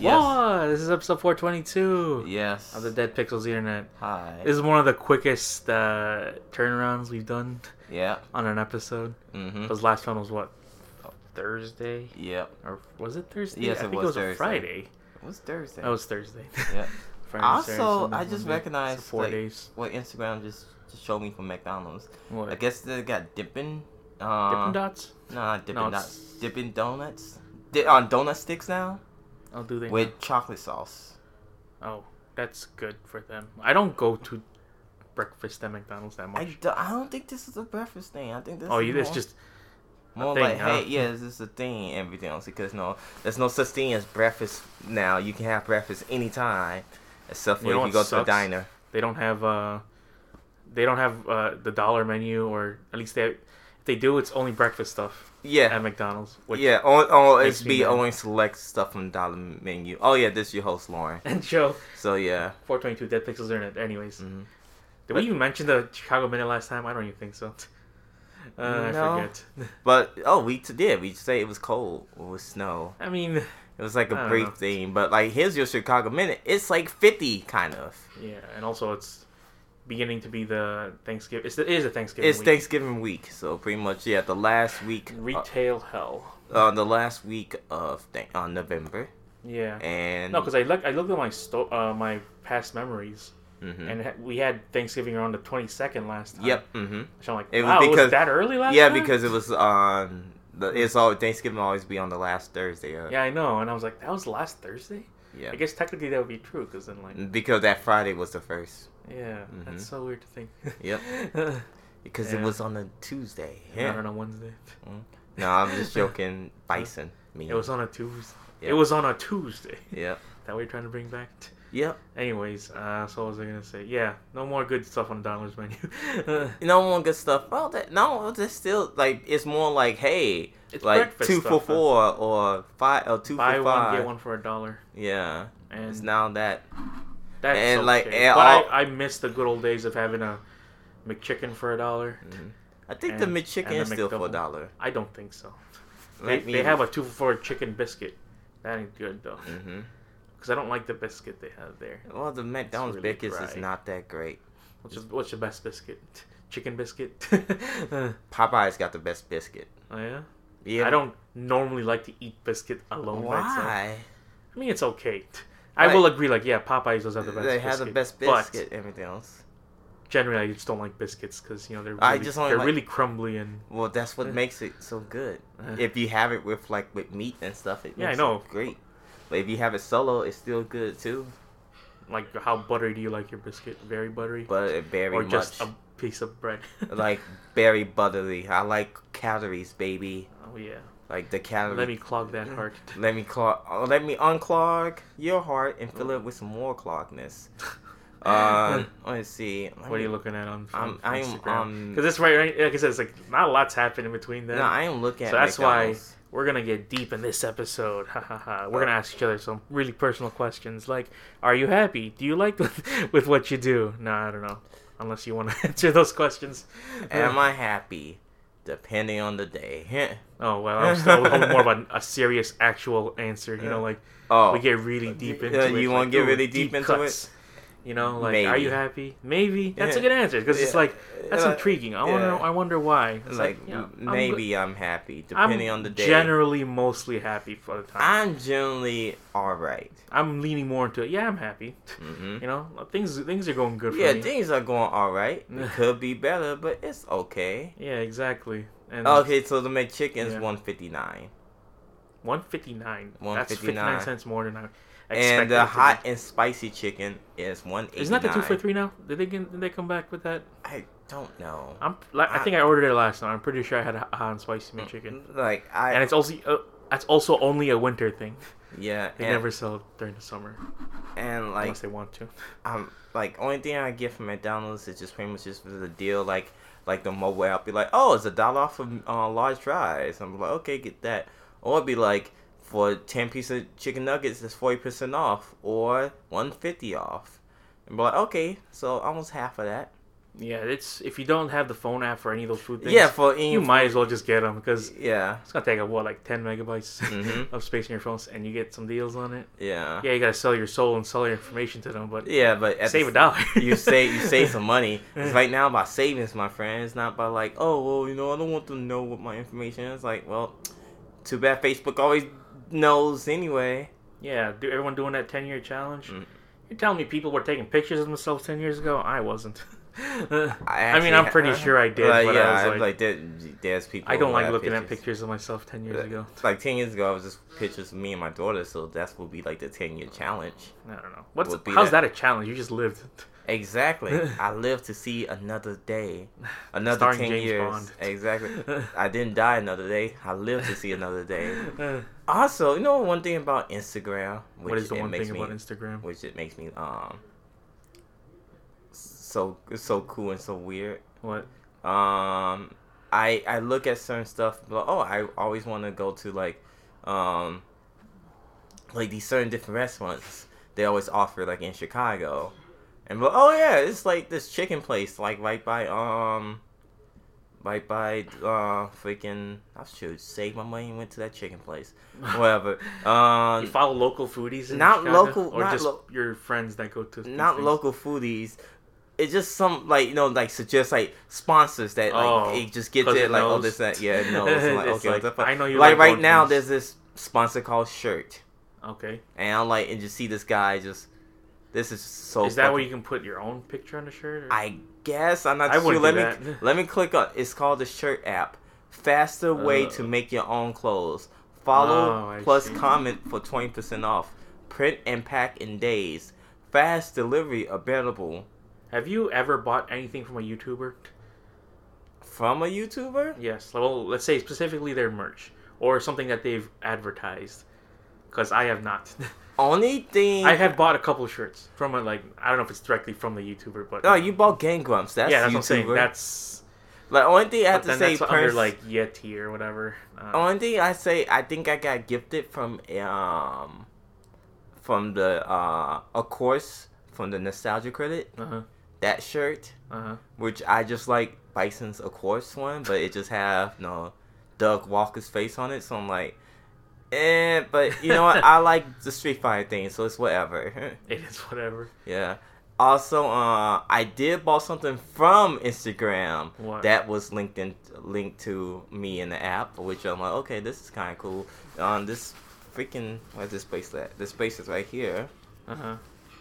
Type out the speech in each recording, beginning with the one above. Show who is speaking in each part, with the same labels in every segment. Speaker 1: Hello, this is episode 422
Speaker 2: Yes.
Speaker 1: of the Dead Pixels Internet.
Speaker 2: Hi.
Speaker 1: This is one of the quickest uh, turnarounds we've done
Speaker 2: yeah.
Speaker 1: on an episode.
Speaker 2: Mm-hmm.
Speaker 1: Because last one was what? Thursday?
Speaker 2: Yep.
Speaker 1: Or was it Thursday?
Speaker 2: Yes,
Speaker 1: I
Speaker 2: it
Speaker 1: think
Speaker 2: was
Speaker 1: it was a
Speaker 2: Thursday.
Speaker 1: Friday.
Speaker 2: It was Thursday.
Speaker 1: That was Thursday.
Speaker 2: Yeah.
Speaker 1: Friday, Saturday,
Speaker 2: also,
Speaker 1: Sunday,
Speaker 2: I just
Speaker 1: Monday.
Speaker 2: recognized
Speaker 1: So four
Speaker 2: like,
Speaker 1: days.
Speaker 2: what Instagram just, just showed me from McDonald's.
Speaker 1: What?
Speaker 2: I guess they got Dippin'. Uh,
Speaker 1: Dippin' Dots?
Speaker 2: No, not Dippin'
Speaker 1: No,
Speaker 2: Dots.
Speaker 1: it's-
Speaker 2: Dippin' Donuts. Di- on donut sticks now
Speaker 1: Oh, do they?
Speaker 2: with chocolate sauce.
Speaker 1: Oh, that's good for them. I don't go to breakfast at McDonald's that
Speaker 2: I,
Speaker 1: much.
Speaker 2: do, I don't think this is a breakfast thing. I think this.
Speaker 1: Oh,
Speaker 2: is
Speaker 1: you, it's
Speaker 2: more-
Speaker 1: just
Speaker 2: More
Speaker 1: thing,
Speaker 2: like,
Speaker 1: huh?
Speaker 2: hey, yeah, this is a thing, everything else, because no, there's no such thing as breakfast now. You can have breakfast anytime, except for
Speaker 1: You know
Speaker 2: if
Speaker 1: what
Speaker 2: you go to a
Speaker 1: sucks?
Speaker 2: diner.
Speaker 1: they don't have uh they don't have uh the dollar menu or at least they if they do it's only breakfast stuff
Speaker 2: Yeah,
Speaker 1: at McDonald's which,
Speaker 2: yeah, on, on
Speaker 1: makes me
Speaker 2: SB
Speaker 1: mad.
Speaker 2: only select stuff from the dollar menu. Oh yeah, this is your host Lauren.
Speaker 1: and Joe
Speaker 2: So yeah,
Speaker 1: 422 Dead Pixels Internet anyways
Speaker 2: Mhm.
Speaker 1: did we even mention the Chicago Minute last time I don't even think so uh,
Speaker 2: No.
Speaker 1: I forget
Speaker 2: but oh, we t- did. We say it was cold, it was snow.
Speaker 1: I mean
Speaker 2: It was like
Speaker 1: I
Speaker 2: a
Speaker 1: don't know.
Speaker 2: brief thing, but like here's your Chicago minute. It's like fifty, kind of.
Speaker 1: yeah and also it's beginning to be the Thanksgiving it's, it is a Thanksgiving
Speaker 2: It's
Speaker 1: week.
Speaker 2: Thanksgiving week, so pretty much yeah, the last week, uh,
Speaker 1: retail hell
Speaker 2: uh, the last week of th- on November.
Speaker 1: yeah
Speaker 2: and
Speaker 1: no because I look I looked at my sto- uh, my past memories
Speaker 2: Mhm.
Speaker 1: and ha- we had Thanksgiving around the 22nd last time
Speaker 2: yep, hmm
Speaker 1: So I'm like,
Speaker 2: It was
Speaker 1: wow, it was
Speaker 2: because-
Speaker 1: that early last
Speaker 2: yeah,
Speaker 1: time?
Speaker 2: because it was on. The, it's all Thanksgiving always be on the last Thursday. Uh,
Speaker 1: Yeah, I know. And I was like, that was last Thursday?
Speaker 2: yeah.
Speaker 1: I guess technically that would be true because then, like,
Speaker 2: because that Friday was the first.
Speaker 1: yeah,
Speaker 2: Mhm.
Speaker 1: that's so weird to think.
Speaker 2: Yep.
Speaker 1: and
Speaker 2: Because it
Speaker 1: Yeah.
Speaker 2: was on a Tuesday.
Speaker 1: Not
Speaker 2: Yeah.
Speaker 1: on a Wednesday.
Speaker 2: No, I'm just joking. Bison. Me.
Speaker 1: It was on a Tuesday.
Speaker 2: Yeah.
Speaker 1: It was on a Tuesday.
Speaker 2: Yep.
Speaker 1: that we're trying to bring back.
Speaker 2: Yep.
Speaker 1: Anyways, uh, so what was I gonna say? Yeah, no more good stuff on the dollars menu.
Speaker 2: No one good stuff. Well, that no, that's still like it's more like hey,
Speaker 1: It's
Speaker 2: like
Speaker 1: breakfast
Speaker 2: two
Speaker 1: stuff,
Speaker 2: for
Speaker 1: huh?
Speaker 2: four or five or two
Speaker 1: Buy
Speaker 2: for
Speaker 1: one,
Speaker 2: five.
Speaker 1: get one for a dollar,
Speaker 2: Yeah,
Speaker 1: and
Speaker 2: it's now that
Speaker 1: that's
Speaker 2: and,
Speaker 1: okay.
Speaker 2: like, and
Speaker 1: but
Speaker 2: all-
Speaker 1: I, I miss the good old days of having a McChicken for a dollar.
Speaker 2: Mm-hmm. I think
Speaker 1: And-
Speaker 2: the
Speaker 1: and
Speaker 2: McChicken
Speaker 1: the
Speaker 2: is still for
Speaker 1: McDouble.
Speaker 2: a dollar.
Speaker 1: I don't think so. They,
Speaker 2: Let me-
Speaker 1: they have a two for four chicken biscuit. That ain't good though,
Speaker 2: Mhm.
Speaker 1: because I don't like the biscuit they have there.
Speaker 2: Well, the McDonald's
Speaker 1: really
Speaker 2: biscuits is
Speaker 1: dry.
Speaker 2: not that great.
Speaker 1: What's the, what's the best biscuit? Chicken biscuit. oh
Speaker 2: Popeye's got the best biscuit.
Speaker 1: yeah?
Speaker 2: Yeah,
Speaker 1: I don't normally like to eat biscuit alone. by itself.
Speaker 2: Why?
Speaker 1: I mean, it's okay. I
Speaker 2: Like-
Speaker 1: will agree. Like yeah, Popeyes does have the best.
Speaker 2: They
Speaker 1: biscuit,
Speaker 2: have the best biscuit. Everything else.
Speaker 1: But generally, I just don't like biscuits because you know they're really,
Speaker 2: I just only
Speaker 1: they're
Speaker 2: like-
Speaker 1: really crumbly and
Speaker 2: Well, that's
Speaker 1: Uh.
Speaker 2: what makes it so good.
Speaker 1: Uh.
Speaker 2: If you have it with like with meat and stuff, it
Speaker 1: Yeah, I
Speaker 2: makes
Speaker 1: know.
Speaker 2: It great. But if you have it solo, it's still good too.
Speaker 1: like how buttery do you like your biscuit? Very buttery,
Speaker 2: But it very
Speaker 1: or
Speaker 2: much
Speaker 1: just a piece of bread?
Speaker 2: like very buttery. I like calories, baby.
Speaker 1: oh yeah.
Speaker 2: Like the calories.
Speaker 1: Let me clog that heart.
Speaker 2: Let me clog. Oh, let me unclog your heart and fill it
Speaker 1: Mm.
Speaker 2: with some more clogness. Uh, let's see. Let
Speaker 1: What are
Speaker 2: me-
Speaker 1: you looking at on,
Speaker 2: I'm-
Speaker 1: on
Speaker 2: I'm,
Speaker 1: Instagram?
Speaker 2: um,
Speaker 1: Because it's right, right, like I said, it's like not a lot's happened in between then.
Speaker 2: No, I am looking at.
Speaker 1: so that's
Speaker 2: McDonald's.
Speaker 1: why we're gonna get deep in this episode. Ha ha ha. We're gonna ask each other some really personal questions, like, "Are you happy? Do you like with, with what you do?" No, I don't know. Unless you want to answer those questions.
Speaker 2: Am I happy? Depending on the day.
Speaker 1: Oh well, I'm still hoping more of a, a serious, actual answer. You know, like
Speaker 2: oh,
Speaker 1: we get really deep
Speaker 2: Uh,
Speaker 1: into it.
Speaker 2: you
Speaker 1: like,
Speaker 2: wanna get
Speaker 1: ooh,
Speaker 2: really deep into it?
Speaker 1: it? You know, like, are
Speaker 2: Maybe.
Speaker 1: you happy? Maybe that's a
Speaker 2: Yeah.
Speaker 1: good answer because it's
Speaker 2: Yeah.
Speaker 1: like that's
Speaker 2: Uh,
Speaker 1: intriguing. I
Speaker 2: yeah.
Speaker 1: wonder, I wonder why. It's
Speaker 2: like
Speaker 1: you know, I'm good-
Speaker 2: maybe I'm, happy.
Speaker 1: I'm
Speaker 2: Depending on the day.
Speaker 1: generally mostly happy for the time.
Speaker 2: I'm generally all right.
Speaker 1: I'm leaning more into it. Yeah, I'm happy.
Speaker 2: Mm-hmm.
Speaker 1: You know, things things are going good for
Speaker 2: Yeah,
Speaker 1: me.
Speaker 2: things are going all right. It could be better, but it's okay.
Speaker 1: yeah, exactly. And
Speaker 2: Okay, so the McChicken's
Speaker 1: Yeah.
Speaker 2: one fifty nine,
Speaker 1: 159. That's 59
Speaker 2: 159.
Speaker 1: cents more than I expected.
Speaker 2: and
Speaker 1: it to
Speaker 2: the
Speaker 1: be.
Speaker 2: hot and spicy chicken is one eighty nine.
Speaker 1: Isn't that the two for three now? Did they get, did they come back with that?
Speaker 2: I don't know.
Speaker 1: I'm like, I think I ordered it last time. I'm pretty sure I had a hot and spicy McChicken.
Speaker 2: Like I
Speaker 1: And it's also uh, that's also only a winter thing.
Speaker 2: yeah,
Speaker 1: They
Speaker 2: and,
Speaker 1: never sell it during the summer
Speaker 2: and like
Speaker 1: unless they want to.
Speaker 2: um like only thing I get from McDonald's is just pretty much just the deal like like the mobile app be like oh it's a dollar off of uh, large fries I'm like okay get that or it'd be like for ten piece of chicken nuggets it's forty percent off or one fifty off and be like okay so almost half of that
Speaker 1: Yeah, it's if you don't have the phone app for any of those food things,
Speaker 2: Yeah, for
Speaker 1: you might as well just get them because
Speaker 2: Yeah,
Speaker 1: it's gonna take up what like ten megabytes
Speaker 2: Mhm.
Speaker 1: of space in your phones, and you get some deals on it.
Speaker 2: yeah,
Speaker 1: Yeah, you gotta sell your soul and sell your information to them, but
Speaker 2: Uh-huh. yeah. But at
Speaker 1: save
Speaker 2: the-
Speaker 1: a dollar.
Speaker 2: you save you save some money. It's right now about savings, my friend. It's not by like, oh well, you know, I don't want them to know what my information is. Like, well, too bad Facebook always knows anyway.
Speaker 1: Yeah, do everyone doing that ten year challenge?
Speaker 2: Mm.
Speaker 1: You're telling me people were taking pictures of themselves ten years ago? I wasn't. I,
Speaker 2: actually
Speaker 1: mean, I'm
Speaker 2: ha-
Speaker 1: pretty sure I did,
Speaker 2: Like,
Speaker 1: but
Speaker 2: yeah,
Speaker 1: I
Speaker 2: I'm
Speaker 1: was like,
Speaker 2: like, there, there's people.
Speaker 1: I don't
Speaker 2: who
Speaker 1: like
Speaker 2: have
Speaker 1: looking at pictures of myself ten years ago.
Speaker 2: Like ten years ago, I was just pictures of me and my daughter. So that's will be like the ten year challenge.
Speaker 1: I don't know. What's
Speaker 2: Would be
Speaker 1: how's
Speaker 2: that-
Speaker 1: that a challenge? You just lived.
Speaker 2: Exactly. I live to see another day, another
Speaker 1: Starring
Speaker 2: ten
Speaker 1: James
Speaker 2: years.
Speaker 1: Bond.
Speaker 2: Exactly. I didn't die another day. I live to see another
Speaker 1: Eh,
Speaker 2: day. Also, you know one thing about Instagram, which
Speaker 1: what is the
Speaker 2: it
Speaker 1: one
Speaker 2: makes
Speaker 1: thing
Speaker 2: me,
Speaker 1: about Instagram?
Speaker 2: which it makes me um so so cool and so weird.
Speaker 1: What?
Speaker 2: Um, I I look at certain stuff, but oh, I always want to go to like um like these certain different restaurants they always offer like in Chicago, and but oh yeah, it's like this chicken place like right by um. Right by uh freaking I should save my money and went to that chicken place. Whatever. Um
Speaker 1: You follow local foodies? In
Speaker 2: Not
Speaker 1: Chicago?
Speaker 2: local-
Speaker 1: or
Speaker 2: not
Speaker 1: just
Speaker 2: lo-
Speaker 1: your friends that go to these
Speaker 2: not
Speaker 1: things?
Speaker 2: local foodies. It's just some like you know like suggest like sponsors that like
Speaker 1: Oh,
Speaker 2: it just gets
Speaker 1: 'cause
Speaker 2: it
Speaker 1: it
Speaker 2: like oh
Speaker 1: knows.
Speaker 2: this that yeah no it's like
Speaker 1: It's
Speaker 2: okay what
Speaker 1: like,
Speaker 2: the fuck?
Speaker 1: I know you
Speaker 2: like
Speaker 1: like
Speaker 2: right
Speaker 1: both
Speaker 2: now there's
Speaker 1: these.
Speaker 2: this sponsor called Shirt
Speaker 1: Okay,
Speaker 2: and I'm like and just see this guy just this is so
Speaker 1: is that where
Speaker 2: fucking-
Speaker 1: you can put your own picture on the shirt? Or?
Speaker 2: I guess I'm not
Speaker 1: I
Speaker 2: sure
Speaker 1: wouldn't
Speaker 2: let
Speaker 1: do
Speaker 2: me
Speaker 1: that.
Speaker 2: let me click on it's called the Shirt app faster way
Speaker 1: Uh.
Speaker 2: to make your own clothes follow
Speaker 1: Oh, I
Speaker 2: plus
Speaker 1: see.
Speaker 2: comment for twenty percent off print and pack in days fast delivery available.
Speaker 1: Have you ever bought anything from a YouTuber?
Speaker 2: From a YouTuber?
Speaker 1: Yes. Well, let's say specifically their merch or something that they've advertised. Because I have not.
Speaker 2: Only thing
Speaker 1: I have bought a couple shirts from a, like I don't know if it's directly from the YouTuber, but
Speaker 2: No, Oh, you bought Gang Grumps. That's
Speaker 1: yeah, that's
Speaker 2: YouTuber.
Speaker 1: what I'm saying. That's
Speaker 2: like only thing I have
Speaker 1: but
Speaker 2: to
Speaker 1: then
Speaker 2: say
Speaker 1: that's under
Speaker 2: pers- Oh.
Speaker 1: like Yeti or whatever. Uh,
Speaker 2: only thing I say I think I got gifted from um from the uh a course from the nostalgia credit
Speaker 1: uh huh.
Speaker 2: that shirt
Speaker 1: Uh huh.
Speaker 2: which I just like Bison's a course one but it just have no Doug Walker's face on it so I'm like eh but you know what I like the Street Fighter thing so it's whatever.
Speaker 1: It is whatever.
Speaker 2: Yeah. Also, uh, I did bought something from Instagram
Speaker 1: What?
Speaker 2: that was linked in, linked to me in the app, which I'm like, okay, this is kind of cool. Um, this freaking where's this place at? This place is right here,
Speaker 1: Uh huh.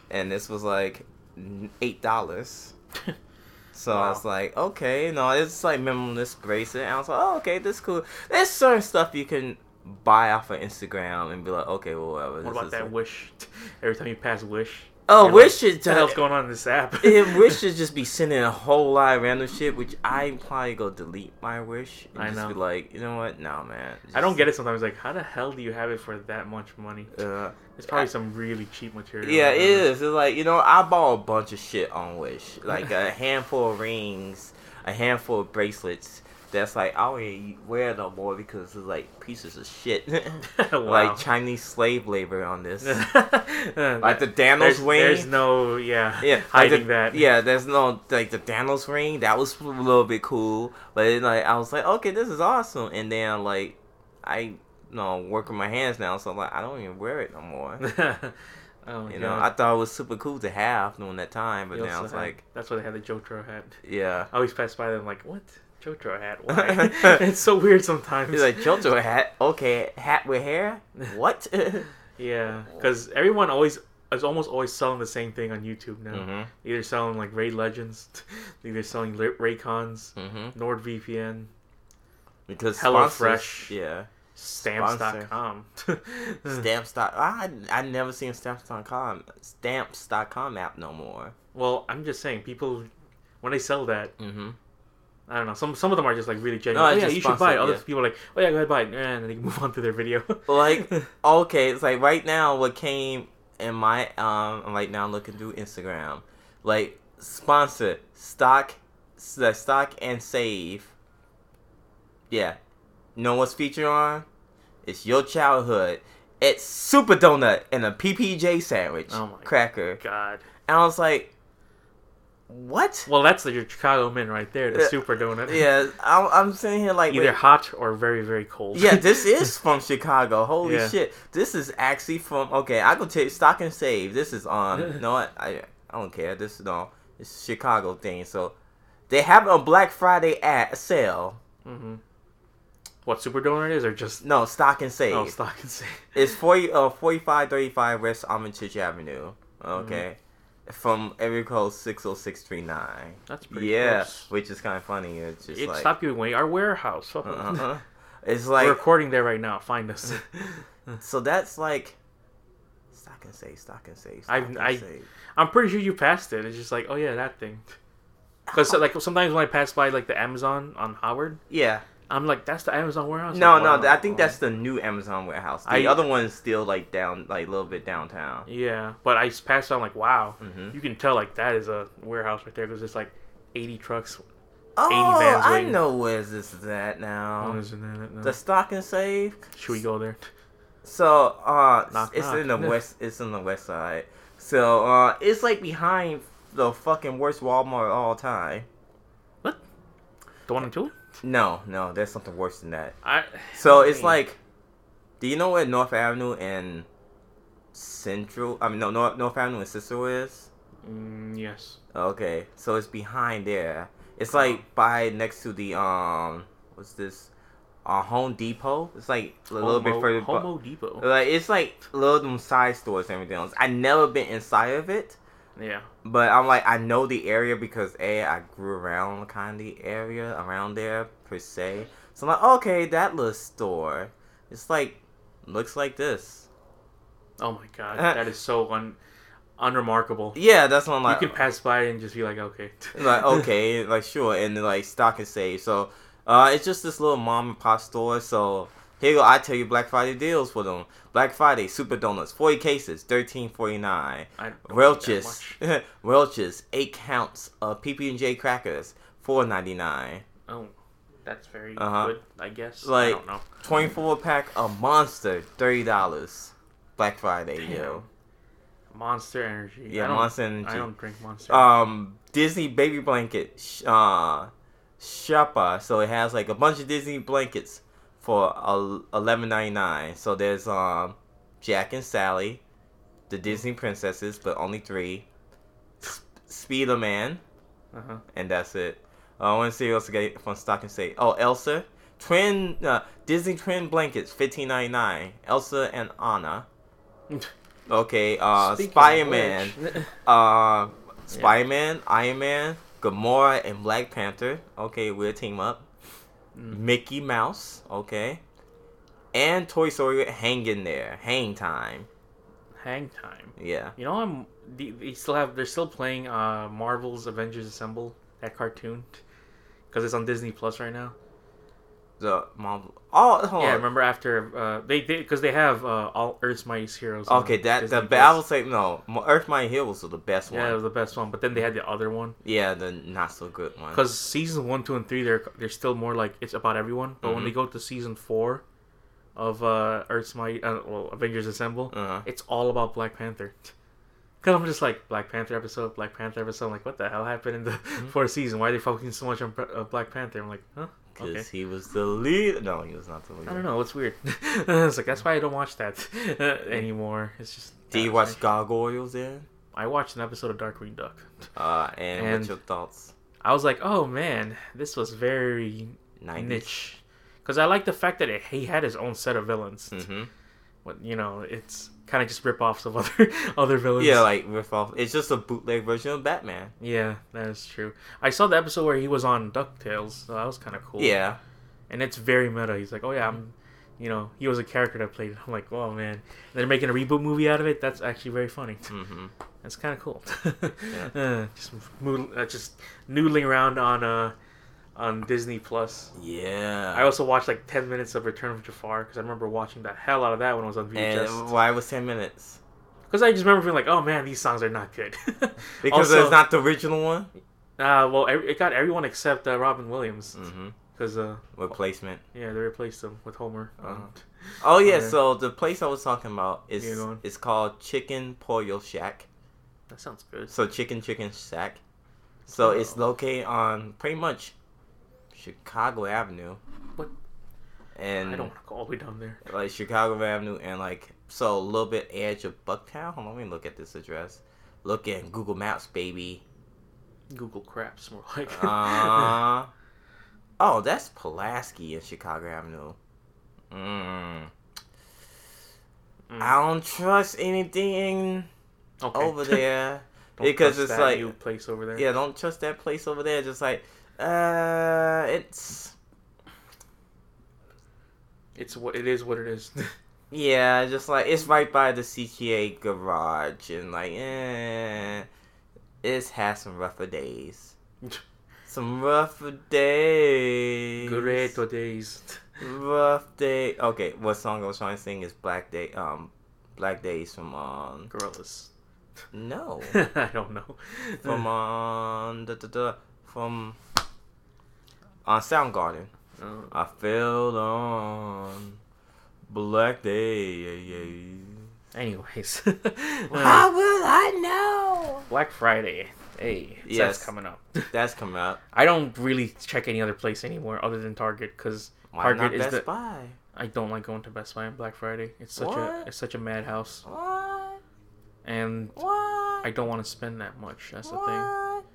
Speaker 2: and this was like n- eight dollars. So I was like, okay, no, it's like minimalist bracelet. And I was like, oh, okay, this cool. There's certain stuff you can buy off of Instagram and be like, okay, well, whatever.
Speaker 1: What about that Wish? Every time you pass Wish.
Speaker 2: Oh,
Speaker 1: you're like,
Speaker 2: Wish is
Speaker 1: What the hell's going on in this app?
Speaker 2: it wish should just be sending a whole lot of random shit, which I probably go delete my wish and
Speaker 1: I
Speaker 2: just
Speaker 1: know.
Speaker 2: be like, you know what? Nah, man.
Speaker 1: I don't get it sometimes. Like, how the hell do you have it for that much money?
Speaker 2: Uh,
Speaker 1: It's probably some really cheap material.
Speaker 2: yeah, it is. It's like you know, I bought a bunch of shit on Wish, like a handful of rings, a handful of bracelets. That's like I don't even wear no more because it's like pieces of shit,
Speaker 1: Wow.
Speaker 2: like Chinese slave labor on this, like
Speaker 1: like
Speaker 2: the Thanos
Speaker 1: there's,
Speaker 2: wing.
Speaker 1: there's no yeah,
Speaker 2: yeah, like
Speaker 1: hiding
Speaker 2: the-
Speaker 1: that.
Speaker 2: Yeah, there's no like the Thanos ring. That was a little bit cool, but it, like I was like, okay, this is awesome. And then like I you know work with my hands now, so like I don't even wear it no more.
Speaker 1: oh
Speaker 2: You know, I thought it was super cool to have during that time, but now it's like,
Speaker 1: that's why they had the Jotro hat.
Speaker 2: yeah.
Speaker 1: I always pass by them like, what Jotro hat? Why? it's so weird sometimes.
Speaker 2: He's like, Johto hat, okay, hat with hair? What?
Speaker 1: yeah, because everyone always is almost always selling the same thing on YouTube now.
Speaker 2: Mhm.
Speaker 1: Either selling like Raid Legends, either selling Ray- Raycons,
Speaker 2: hmm
Speaker 1: NordVPN,
Speaker 2: Because
Speaker 1: mm-hmm. Hello
Speaker 2: sponsors-
Speaker 1: Fresh.
Speaker 2: yeah,
Speaker 1: Stamps.com.
Speaker 2: stamps.com. I I never seen stamps.com stamps.com app no more.
Speaker 1: well, I'm just saying, people when they sell that,
Speaker 2: Mm-hmm.
Speaker 1: I don't know. Some some of them are just like really genuine.
Speaker 2: No,
Speaker 1: oh
Speaker 2: it's
Speaker 1: yeah,
Speaker 2: just
Speaker 1: you should buy it.
Speaker 2: sponsored,
Speaker 1: Other
Speaker 2: yeah.
Speaker 1: people are like, oh yeah, go ahead buy it, and they move on to their video.
Speaker 2: like okay it's like right now what came in my um right now looking through instagram like sponsor stock the stock and save yeah you know what's featured on it's your childhood it's super donut and a ppj sandwich
Speaker 1: Oh my
Speaker 2: cracker
Speaker 1: God,
Speaker 2: and i was like what?
Speaker 1: Well, that's the your Chicago Mint right there, the
Speaker 2: Yeah.
Speaker 1: super donut.
Speaker 2: Yeah, I'm, I'm sitting here like,
Speaker 1: Either
Speaker 2: wait,
Speaker 1: hot or very, very cold.
Speaker 2: yeah, this is from Chicago. Holy
Speaker 1: Yeah.
Speaker 2: shit, this is actually from. Okay, I go take stock and save. This is on. you know what? I I don't care. This is on. It's a Chicago thing. So they have a Black Friday at sale.
Speaker 1: hmm What super donut is, or just
Speaker 2: No, stock and save.
Speaker 1: oh, stock and say.
Speaker 2: It's 40, uh, 4535 West Armitage Avenue. Okay. From area code 60639.
Speaker 1: That's Mm-hmm. pretty
Speaker 2: Yeah,
Speaker 1: close.
Speaker 2: which is kind of funny. It's just
Speaker 1: It
Speaker 2: like.
Speaker 1: stop giving away our warehouse. Fuck.
Speaker 2: uh-uh. It's
Speaker 1: We're
Speaker 2: like.
Speaker 1: recording there right now. Find us.
Speaker 2: so that's like. Stock and save, stock and save. Stock
Speaker 1: I've-
Speaker 2: and
Speaker 1: I-
Speaker 2: save.
Speaker 1: I'm pretty sure you passed it. It's just like, oh yeah, that thing. Because like sometimes when I pass by like the Amazon on Howard,
Speaker 2: Yeah.
Speaker 1: I'm like, that's the Amazon warehouse.
Speaker 2: No,
Speaker 1: Like,
Speaker 2: no,
Speaker 1: wow.
Speaker 2: th- I think that's the new Amazon warehouse. The
Speaker 1: I-
Speaker 2: other one is still like down, like a little bit downtown.
Speaker 1: Yeah, but I just passed on like, wow,
Speaker 2: Mhm.
Speaker 1: you can tell like that is a warehouse right there because it's like 80 trucks.
Speaker 2: Oh,
Speaker 1: vans
Speaker 2: I
Speaker 1: waiting. Oh,
Speaker 2: know where this is at now. The stock and save.
Speaker 1: Should we go there?
Speaker 2: So uh
Speaker 1: Knock,
Speaker 2: it's in the
Speaker 1: knock.
Speaker 2: west it's in the west side. So uh it's like behind the fucking worst Walmart of all time.
Speaker 1: The one in Chile?
Speaker 2: No, no, there's something worse than that.
Speaker 1: I.
Speaker 2: So it's
Speaker 1: Hmm.
Speaker 2: like do you know where North Avenue and Central I mean no North, North Avenue and Cicero is?
Speaker 1: Mm, yes.
Speaker 2: Okay. So it's behind there. It's like by next to the um what's this? Uh Home Depot. It's like a little bit
Speaker 1: Homo-
Speaker 2: further bu-
Speaker 1: Homo Depot.
Speaker 2: Like it's like little them side stores and everything else. I never been inside of it,
Speaker 1: Yeah.
Speaker 2: but I'm like I know the area because a I grew around kind of the area around there per se. So I'm like okay, that little store, it's like looks like this.
Speaker 1: Oh my god,
Speaker 2: Uh,
Speaker 1: that is so un unremarkable.
Speaker 2: Yeah, that's what I'm like.
Speaker 1: you can pass by and just be like, okay.
Speaker 2: like okay, like sure, and then like stock and save. So, uh, it's just this little mom and pop store. So here you go, I tell you Black Friday deals for them. Black Friday Super Donuts, forty cases, thirteen forty nine.
Speaker 1: I don't like
Speaker 2: Welch's,
Speaker 1: that much.
Speaker 2: Welch's, eight counts of PB and J crackers, four ninety nine.
Speaker 1: Oh, that's very
Speaker 2: Uh-huh.
Speaker 1: good. I guess. I
Speaker 2: Like-
Speaker 1: don't know.
Speaker 2: Twenty four pack of Monster, thirty dollars. Black Friday, yo.
Speaker 1: Monster Energy.
Speaker 2: Yeah,
Speaker 1: I don't,
Speaker 2: Monster Energy.
Speaker 1: I don't drink Monster.
Speaker 2: Um, Disney baby blanket, sh- uh, Shoppa. So it has like a bunch of Disney blankets for eleven ninety nine. So there's um, Jack and Sally, the Disney princesses, but only three. Sp- Speedo Man.
Speaker 1: uh-huh.
Speaker 2: and that's it. Uh, I want to see what else I get from Stock and State. Oh, Elsa, twin uh, Disney twin blankets, fifteen ninety nine. Elsa and Anna. Okay, uh,
Speaker 1: Speaking of
Speaker 2: Spider Man,
Speaker 1: which-
Speaker 2: uh, Spider Man, Iron Man, Gamora, and Black Panther. Okay, we'll team up.
Speaker 1: Mm.
Speaker 2: Mickey Mouse. Okay, and Toy Story hang in there. Hang time.
Speaker 1: Hang time.
Speaker 2: Yeah.
Speaker 1: You know, I'm. They, they still have. They're still playing uh, Marvel's Avengers Assemble that cartoon because it's on Disney Plus right now.
Speaker 2: The Marvel. Oh, hold
Speaker 1: Yeah, I
Speaker 2: on.
Speaker 1: remember after uh, they did because they have uh, all Earth's Mightiest Heroes. on
Speaker 2: Okay, that
Speaker 1: Disney
Speaker 2: the
Speaker 1: Plus.
Speaker 2: I would say no. Earth Mighty Heroes was the best one.
Speaker 1: Yeah, it was the best one. But then they had the other one
Speaker 2: Yeah, the not so good one.
Speaker 1: because season one, two, and three they're they're still more like it's about everyone. But when
Speaker 2: Mhm.
Speaker 1: they go to season four of uh, Earth's Might, uh, well, Avengers Assemble,
Speaker 2: Uh-huh.
Speaker 1: it's all about Black Panther. Cause I'm just like Black Panther episode, Black Panther episode. I'm like, what the hell happened in the
Speaker 2: Mm-hmm.
Speaker 1: fourth season? Why are they focusing so much on uh, Black Panther? I'm like, huh?
Speaker 2: Because
Speaker 1: Okay.
Speaker 2: he was the lead. No, he was not the lead.
Speaker 1: I don't know. It's weird. it's like that's why I don't watch that uh, anymore. It's just. uh,
Speaker 2: Do you watch Gargoyles then?
Speaker 1: I watched an episode of Darkwing Duck.
Speaker 2: Uh, and,
Speaker 1: And-
Speaker 2: what's your thoughts?
Speaker 1: I was like, oh man, this was very
Speaker 2: 90s?
Speaker 1: niche. Because I like the fact that it, he had his own set of villains.
Speaker 2: hmm
Speaker 1: What you know, it's kind of just rip-offs of other other villains.
Speaker 2: Yeah, like riff off. It's just a bootleg version of Batman.
Speaker 1: yeah, that is true. I saw the episode where he was on Ducktales, so that was kind of cool.
Speaker 2: Yeah,
Speaker 1: and it's very meta. He's like, oh yeah, I'm, you know, he was a character that played. I'm like, oh man, they're making a reboot movie out of it. That's actually very funny.
Speaker 2: hmm
Speaker 1: That's kind of cool. Uh, just moodle, uh, just noodling around on uh on Disney Plus.
Speaker 2: yeah.
Speaker 1: I also watched like ten minutes of Return of Jafar because I remember watching the hell out of that when I was on
Speaker 2: and
Speaker 1: VHS.
Speaker 2: why was ten minutes?
Speaker 1: Because I just remember being like, oh man, these songs are not good.
Speaker 2: Because
Speaker 1: Also-
Speaker 2: it's not the original one.
Speaker 1: uh, well, ev- it got everyone except uh, Robin Williams
Speaker 2: hmm
Speaker 1: because uh,
Speaker 2: Replacement.
Speaker 1: yeah, they replaced him with Homer. Um,
Speaker 2: Oh yeah.
Speaker 1: Okay.
Speaker 2: So the place I was talking about is
Speaker 1: Yeah, go on.
Speaker 2: it's called Chicken Pollo Shack.
Speaker 1: that sounds good.
Speaker 2: So Chicken Chicken Shack.
Speaker 1: Oh.
Speaker 2: So it's located on pretty much Chicago Avenue.
Speaker 1: What?
Speaker 2: And
Speaker 1: I don't want to go all the way down there.
Speaker 2: like Chicago Avenue and like so a little bit edge of Bucktown. Hold on, let me look at this address. Look at Google Maps, baby.
Speaker 1: Google craps more like.
Speaker 2: Uh, oh, that's Pulaski and Chicago Avenue. Mm.
Speaker 1: Mm.
Speaker 2: I don't trust anything
Speaker 1: okay.
Speaker 2: over there
Speaker 1: Don't
Speaker 2: because
Speaker 1: trust
Speaker 2: it's
Speaker 1: that
Speaker 2: like
Speaker 1: new place over there.
Speaker 2: yeah, don't trust that place over there. Just like uh, it's
Speaker 1: It's what it is. What it is.
Speaker 2: yeah, just like it's right by the CTA garage and like eh, it's had some rougher days. Some rougher days.
Speaker 1: Great days.
Speaker 2: Rough day. Okay, what song I was trying to sing is Black Day. Um, Black Days from um.
Speaker 1: Gorillas.
Speaker 2: No,
Speaker 1: I don't know.
Speaker 2: from um. Da, da, da, from. On Soundgarden.
Speaker 1: Oh,
Speaker 2: I fell on Black Days.
Speaker 1: anyways, Uh,
Speaker 2: How will I know?
Speaker 1: Black Friday. Hey, it's-
Speaker 2: Yes.
Speaker 1: that's coming up.
Speaker 2: That's coming out.
Speaker 1: I don't really check any other place anymore other than Target because
Speaker 2: Why
Speaker 1: Target
Speaker 2: not
Speaker 1: is
Speaker 2: Best
Speaker 1: the.
Speaker 2: Buy?
Speaker 1: I don't like going to Best Buy on Black Friday. It's such a
Speaker 2: What?
Speaker 1: it's such a madhouse,
Speaker 2: What?
Speaker 1: and
Speaker 2: What?
Speaker 1: I don't want to spend that much. That's the thing.
Speaker 2: What?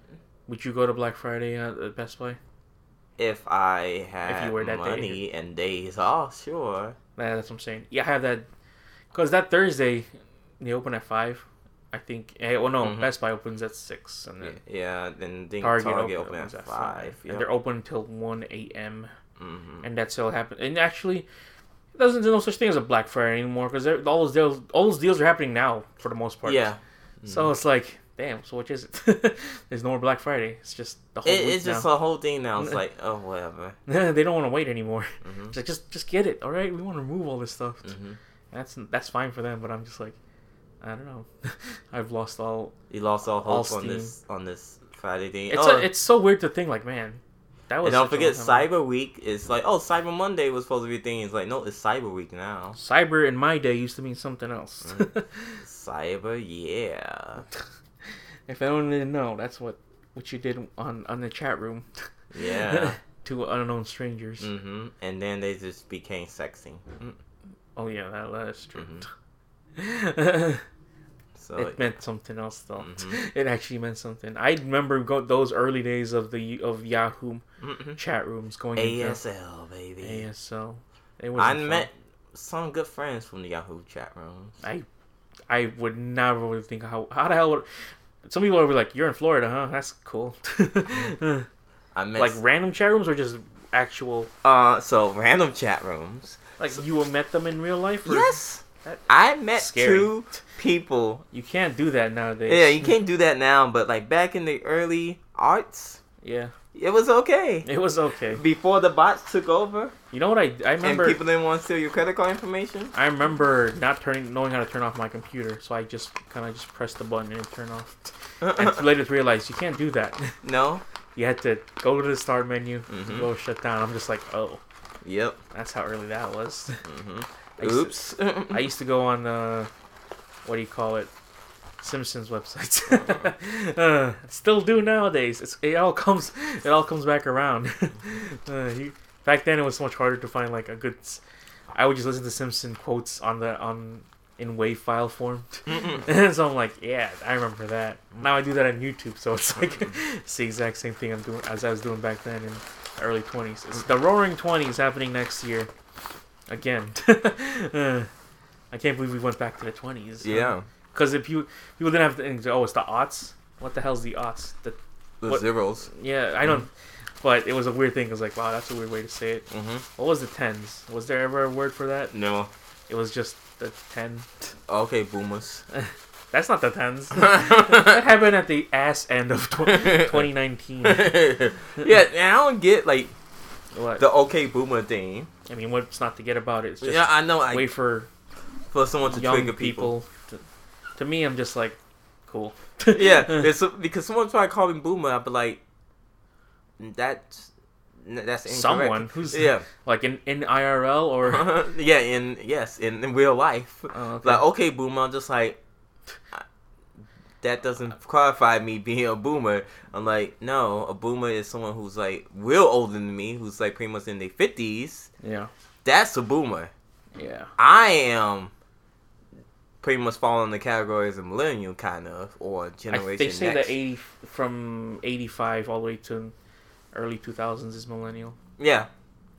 Speaker 1: Would you go to Black Friday at at Best Buy?
Speaker 2: If I had
Speaker 1: were that
Speaker 2: money and days off, sure.
Speaker 1: Yeah, that's what I'm saying. Yeah, I have that because that Thursday they open at five. I think. Eh, well, no,
Speaker 2: Mhm.
Speaker 1: Best Buy opens at six, and
Speaker 2: Yeah,
Speaker 1: then
Speaker 2: yeah then think
Speaker 1: Target,
Speaker 2: Target,
Speaker 1: open-
Speaker 2: open,
Speaker 1: opens
Speaker 2: at five.
Speaker 1: and they're open until one a.m.
Speaker 2: hmm
Speaker 1: and that sale happened. And actually, it doesn't there's no such thing as a Black Friday anymore because all those deals, all those deals are happening now for the most part.
Speaker 2: Yeah, Mm-hmm.
Speaker 1: So it's like, damn. So which is it? there's no more Black Friday. It's just the whole.
Speaker 2: it,
Speaker 1: week
Speaker 2: it's just
Speaker 1: now.
Speaker 2: the whole thing now. It's like, oh, whatever.
Speaker 1: they don't want to wait anymore.
Speaker 2: Mhm.
Speaker 1: It's like just just get it. All right, we want to remove all this stuff.
Speaker 2: Mhm.
Speaker 1: That's that's fine for them, but I'm just like, I don't know. I've lost all.
Speaker 2: You lost all
Speaker 1: All
Speaker 2: hope on this on this Friday thing.
Speaker 1: It's
Speaker 2: oh,
Speaker 1: a, it's so weird to think like, man, that was.
Speaker 2: and don't
Speaker 1: such a
Speaker 2: forget
Speaker 1: long time ago.
Speaker 2: Cyber Week. It's like, oh, Cyber Monday was supposed to be a thing. It's like, no, it's Cyber Week now.
Speaker 1: Cyber in my day used to mean something else.
Speaker 2: Cyber, yeah,
Speaker 1: If anyone didn't know, that's what what you did on on the chat room.
Speaker 2: Yeah.
Speaker 1: to unknown strangers.
Speaker 2: hmm And then they just became sexing. Mm.
Speaker 1: Oh yeah, that, that's true.
Speaker 2: Mm-hmm. So
Speaker 1: it meant something else though.
Speaker 2: Mhm.
Speaker 1: It actually meant something. I remember go- those early days of the of Yahoo
Speaker 2: mhm.
Speaker 1: chat rooms going into
Speaker 2: ASL baby.
Speaker 1: ASL. It was
Speaker 2: I met some good friends from the Yahoo chat rooms.
Speaker 1: I would never would think how how the hell would. Some people are like, "You're in Florida, huh? That's cool."
Speaker 2: I met
Speaker 1: like random chat rooms or just actual.
Speaker 2: Uh, so random chat rooms.
Speaker 1: Like you met them in real life. Or...
Speaker 2: Yes,
Speaker 1: That-
Speaker 2: I met
Speaker 1: Scary.
Speaker 2: two people.
Speaker 1: You can't do that nowadays.
Speaker 2: Yeah, you can't do that now, but like back in the early arts,
Speaker 1: Yeah,
Speaker 2: it was okay.
Speaker 1: it was okay.
Speaker 2: Before the bots took over
Speaker 1: You know what I? I remember.
Speaker 2: and people didn't want to steal your credit card information.
Speaker 1: I remember not turning, knowing how to turn off my computer, so I just kind of just pressed the button and it turned off. And later realized you can't do that.
Speaker 2: no.
Speaker 1: You had to go to the start menu,
Speaker 2: Mhm.
Speaker 1: go shut down. I'm just like, oh,
Speaker 2: Yep. Mm-hmm.
Speaker 1: that's how early that was. I used to-
Speaker 2: Oops.
Speaker 1: I used to go on uh, what do you call it, Simpsons websites. uh, still do nowadays. It's, it all comes it all comes back around. uh, you, back then, it was so much harder to find like a good. s- I would just listen to Simpson quotes on the on in wave file form. so I'm like, yeah, I remember that. Now I do that on YouTube, so it's like it's the exact same thing I'm doing as I was doing back then in the early 20s. It's the Roaring Twenties happening next year. Again, Uh, I can't believe we went back to the 20s.
Speaker 2: yeah.
Speaker 1: Because if you people didn't have to think, oh, it's the aughts. What the hell's the aughts? The,
Speaker 2: The
Speaker 1: What-
Speaker 2: zeros.
Speaker 1: yeah, I don't. But it was a weird thing. It was like, wow, that's a weird way to say it.
Speaker 2: Mm-hmm.
Speaker 1: What was the tens? Was there ever a word for that?
Speaker 2: No.
Speaker 1: It was just the ten.
Speaker 2: Okay, boomers.
Speaker 1: That's not the tens. that happened at the ass end of tw- 2019.
Speaker 2: yeah, and I don't get like
Speaker 1: What?
Speaker 2: the okay boomer thing.
Speaker 1: I mean, what's not to get about it? It's just
Speaker 2: yeah, I know.
Speaker 1: way
Speaker 2: Like,
Speaker 1: for
Speaker 2: for someone to
Speaker 1: young
Speaker 2: trigger people.
Speaker 1: people. To, to me, I'm just like, cool.
Speaker 2: yeah, it's, because someone tried to call me boomer, I'd be like, that's that's incorrect.
Speaker 1: Someone who's
Speaker 2: yeah,
Speaker 1: like in, in IRL or
Speaker 2: yeah, in yes, in, in real life,
Speaker 1: Oh, okay.
Speaker 2: like okay, boomer, I'm just like, I- that doesn't qualify me being a boomer. I'm like, no, a boomer is someone who's like real older than me, who's like pretty much in their fifties.
Speaker 1: Yeah.
Speaker 2: That's a boomer.
Speaker 1: Yeah.
Speaker 2: I am pretty much falling the category as a millennial, kind of, or
Speaker 1: I,
Speaker 2: generation.
Speaker 1: they say
Speaker 2: next.
Speaker 1: that eighty from eighty five all the way to early two thousands is millennial.
Speaker 2: Yeah,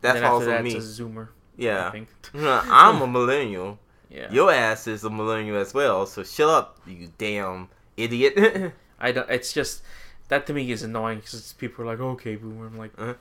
Speaker 2: that's
Speaker 1: then after
Speaker 2: all for
Speaker 1: that,
Speaker 2: me.
Speaker 1: It's a zoomer. I
Speaker 2: Yeah, Mm-hmm.
Speaker 1: think.
Speaker 2: I'm a millennial.
Speaker 1: Yeah.
Speaker 2: Your ass is a millennial as well, so shut up, you damn idiot.
Speaker 1: I don't. It's just that to me is annoying because people are like, okay, boomer. I'm like,
Speaker 2: Uh-huh.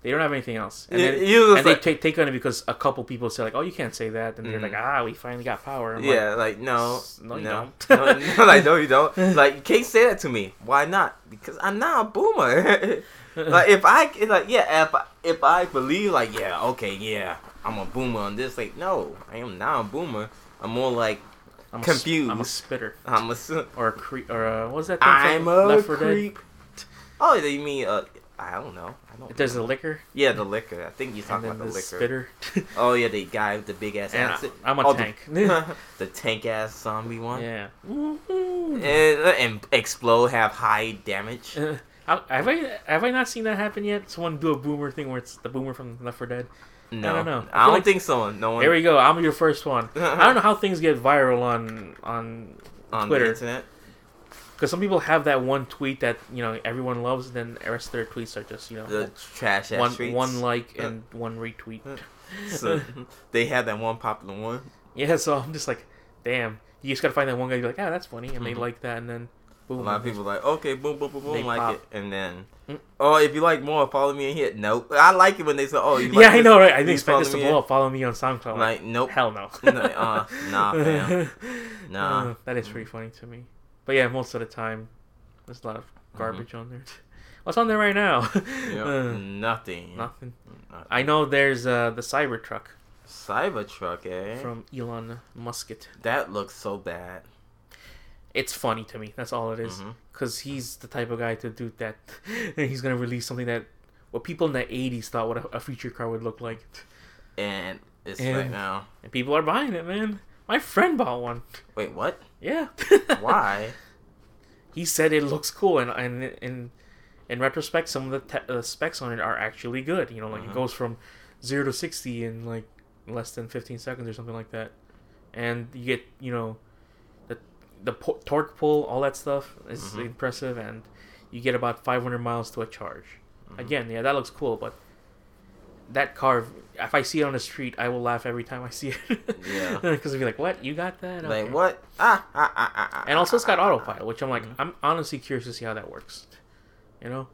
Speaker 1: they don't have anything else. And,
Speaker 2: You-
Speaker 1: then,
Speaker 2: you was
Speaker 1: and they
Speaker 2: like-
Speaker 1: take take on it because a couple people say like, oh, you can't say that, and they're
Speaker 2: Mhm.
Speaker 1: like, ah, we finally got power. I'm
Speaker 2: yeah, like, no,
Speaker 1: S-
Speaker 2: no,
Speaker 1: no, you
Speaker 2: no,
Speaker 1: don't.
Speaker 2: no, like no, you don't. Like you can't say that to me. Why not? Because I'm not a boomer.
Speaker 1: Like,
Speaker 2: like if I like yeah, if I, if I believe like yeah, okay, yeah, I'm a boomer on this. Like no, I am not a boomer. I'm more like
Speaker 1: I'm a s-
Speaker 2: confused.
Speaker 1: I'm a spitter
Speaker 2: I'm a s-
Speaker 1: or a creep or a, what's that? Thing
Speaker 2: I'm
Speaker 1: called?
Speaker 2: a
Speaker 1: Left 4 Dead?
Speaker 2: creep. Oh, you mean uh, I don't know. I don't.
Speaker 1: There's the liquor
Speaker 2: Yeah, the liquor. I think you
Speaker 1: and
Speaker 2: talking
Speaker 1: then
Speaker 2: about
Speaker 1: the,
Speaker 2: the liquor.
Speaker 1: spitter.
Speaker 2: Oh yeah, the guy with the big ass.
Speaker 1: and
Speaker 2: ass.
Speaker 1: I, am a
Speaker 2: Oh,
Speaker 1: tank.
Speaker 2: The, the tank ass zombie one.
Speaker 1: yeah.
Speaker 2: And, Eh, and explode, have high damage.
Speaker 1: Uh, how- have I have I not seen that happen yet? Someone do a boomer thing where it's the boomer from Left 4 Dead.
Speaker 2: No, I
Speaker 1: don't
Speaker 2: don't,
Speaker 1: know. I feel like-
Speaker 2: think so. No one
Speaker 1: Here we go. I'm your first one. I don't know how things get viral on on
Speaker 2: on
Speaker 1: Twitter.
Speaker 2: the internet.
Speaker 1: because some people have that one tweet that you know everyone loves, and then the rest of their tweets are just you know
Speaker 2: The trash ass
Speaker 1: one
Speaker 2: streets.
Speaker 1: one like and one retweet.
Speaker 2: So, they had that one popular one.
Speaker 1: Yeah, so I'm just like, damn, you just gotta find that one guy. You're like, ah, that's funny, and they
Speaker 2: Mhm.
Speaker 1: like that, and then boom.
Speaker 2: A lot of people like, okay, boom, boom, boom, boom,
Speaker 1: They
Speaker 2: like
Speaker 1: pop.
Speaker 2: it, and then,
Speaker 1: Mm.
Speaker 2: oh, if you like more, follow me in here. Nope, I like it when they say, oh, you like
Speaker 1: yeah, I
Speaker 2: this?
Speaker 1: know, right? I
Speaker 2: You
Speaker 1: didn't expect this to
Speaker 2: follow me
Speaker 1: blow up. Follow me on SoundCloud.
Speaker 2: in? Like, nope,
Speaker 1: Hell no.
Speaker 2: Like, uh, nah, fam. nah.
Speaker 1: Uh, that is pretty funny to me. But yeah, most of the time, there's a lot of garbage on there. What's on there right now?
Speaker 2: Mm-hmm. Yep. Mm-hmm.
Speaker 1: Uh,
Speaker 2: nothing.
Speaker 1: nothing.
Speaker 2: Nothing.
Speaker 1: I know there's uh, the Cybertruck
Speaker 2: Cybertruck, eh?
Speaker 1: from Elon Musk.
Speaker 2: that looks so bad.
Speaker 1: It's funny to me. That's all it is.
Speaker 2: Mhm.
Speaker 1: Because he's the type of guy to do that. and he's going to release something that what people in the 80s thought what a, a future car would look like.
Speaker 2: And it's right
Speaker 1: And-
Speaker 2: now.
Speaker 1: And people are buying it, man. My friend bought one.
Speaker 2: Wait, what?
Speaker 1: Yeah.
Speaker 2: Why?
Speaker 1: he said it looks cool and and in in retrospect some of the te- uh, specs on it are actually good you know like
Speaker 2: Mhm.
Speaker 1: it goes from 0 to 60 in like less than 15 seconds or something like that and you get you know the the po- torque pull all that stuff is
Speaker 2: Mhm.
Speaker 1: impressive and you get about 500 miles to a charge
Speaker 2: Mm-hmm.
Speaker 1: again yeah that looks cool but that car if i see it on the street i will laugh every time i see it
Speaker 2: Yeah.
Speaker 1: because i'll be like what you got that
Speaker 2: Like
Speaker 1: Okay."
Speaker 2: what? Ah, ah, ah, ah, ah,
Speaker 1: And also, it's got
Speaker 2: ah, ah,
Speaker 1: autopilot, which I'm like,
Speaker 2: Mhm.
Speaker 1: I'm honestly curious to see how that works. You know,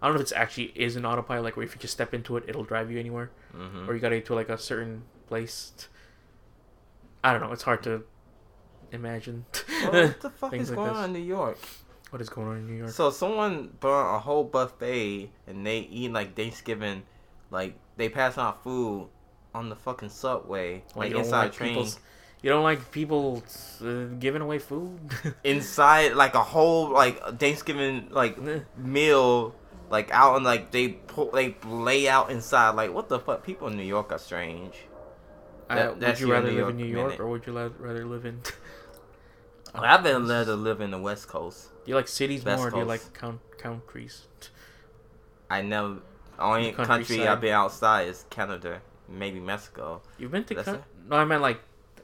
Speaker 1: I don't know if it's actually is an autopilot, like where if you just step into it, it'll drive you anywhere,
Speaker 2: ah. Mhm.
Speaker 1: or you gotta get to like a certain place. I don't know. It's hard to imagine
Speaker 2: What the fuck is
Speaker 1: things like
Speaker 2: going
Speaker 1: this.
Speaker 2: on in New York?
Speaker 1: what is going on in New York.
Speaker 2: So someone burned a whole buffet and they eat like Thanksgiving, like they pass out food on the fucking subway,
Speaker 1: Well,
Speaker 2: like
Speaker 1: you don't
Speaker 2: inside
Speaker 1: like
Speaker 2: trains,
Speaker 1: people's- You don't like people uh, giving away food.
Speaker 2: inside like a whole like Thanksgiving like meal, like out and like they pull they lay out inside. Like what the fuck? People in New York are strange.
Speaker 1: I-
Speaker 2: That-
Speaker 1: would
Speaker 2: that's
Speaker 1: you
Speaker 2: your
Speaker 1: rather
Speaker 2: New
Speaker 1: live in
Speaker 2: York
Speaker 1: New York
Speaker 2: minute.
Speaker 1: or would you la- rather live in? Oh,
Speaker 2: I've been led to live in the West Coast.
Speaker 1: Do you like cities
Speaker 2: West
Speaker 1: more? Or do you
Speaker 2: Coast.
Speaker 1: like count countries?
Speaker 2: I never. Only country
Speaker 1: countryside.
Speaker 2: I've been outside is Canada, maybe Mexico.
Speaker 1: You've been to
Speaker 2: That's
Speaker 1: coun- no, I meant like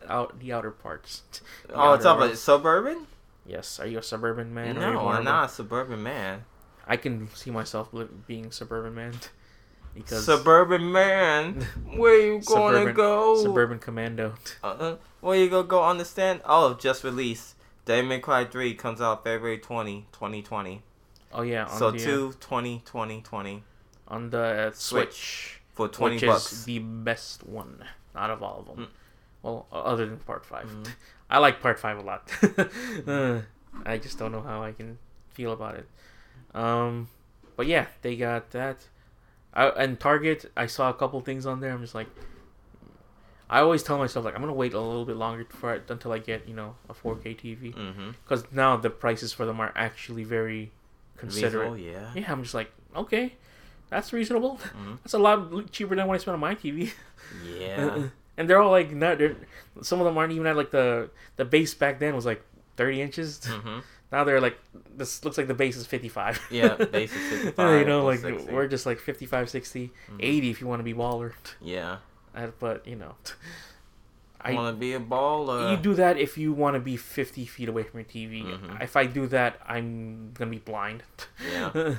Speaker 1: out the outer parts. The
Speaker 2: Oh, it's
Speaker 1: outer
Speaker 2: up
Speaker 1: world.
Speaker 2: about suburban?
Speaker 1: Yes. Are you a suburban man? Are you
Speaker 2: no,
Speaker 1: more of
Speaker 2: I'm
Speaker 1: a-
Speaker 2: not a suburban man.
Speaker 1: I can see myself li- being suburban man because
Speaker 2: Suburban man, where you gonna
Speaker 1: Suburban-
Speaker 2: go?
Speaker 1: suburban commando.
Speaker 2: Uh-uh. Where you gonna go? Understand? Oh, just released. Devil May Cry 3 comes out February 20, 2020.
Speaker 1: Oh yeah, on
Speaker 2: so
Speaker 1: the, uh,
Speaker 2: 2, 20, 20, 20
Speaker 1: on the uh,
Speaker 2: Switch,
Speaker 1: Switch,
Speaker 2: for 20
Speaker 1: which is
Speaker 2: bucks.
Speaker 1: the best one out of all of them.
Speaker 2: Mm.
Speaker 1: Well, o- other than Part 5
Speaker 2: Mhm.
Speaker 1: I like Part Five a lot. Uh, I just don't know how I can feel about it. Um, but yeah, they got that. I, and Target, I saw a couple things on there. I'm just like, I always tell myself like I'm gonna wait a little bit longer for it until I get you know a 4K TV
Speaker 2: Mm-hmm.
Speaker 1: because now the prices for them are actually very
Speaker 2: Reasonable,
Speaker 1: considerate.
Speaker 2: yeah.
Speaker 1: Yeah, I'm just like, okay, that's reasonable.
Speaker 2: Mhm.
Speaker 1: That's a lot cheaper than what I spent on my TV.
Speaker 2: Yeah.
Speaker 1: Uh-uh. and they're all like not. They're, some of them aren't even at like the the base back then was like thirty inches.
Speaker 2: Mm-hmm.
Speaker 1: Now they're like this looks like the base is fifty five.
Speaker 2: Yeah, base is 55,
Speaker 1: you know, like
Speaker 2: plus 60.
Speaker 1: we're just like 55, 60,
Speaker 2: Mm-hmm.
Speaker 1: 80 if you want to be baller.
Speaker 2: Yeah.
Speaker 1: Uh, But you know,
Speaker 2: I
Speaker 1: I-
Speaker 2: want to be a baller.
Speaker 1: you do that if you want to be fifty feet away from your TV.
Speaker 2: Mhm.
Speaker 1: If I do that, I'm gonna be blind.
Speaker 2: Yeah.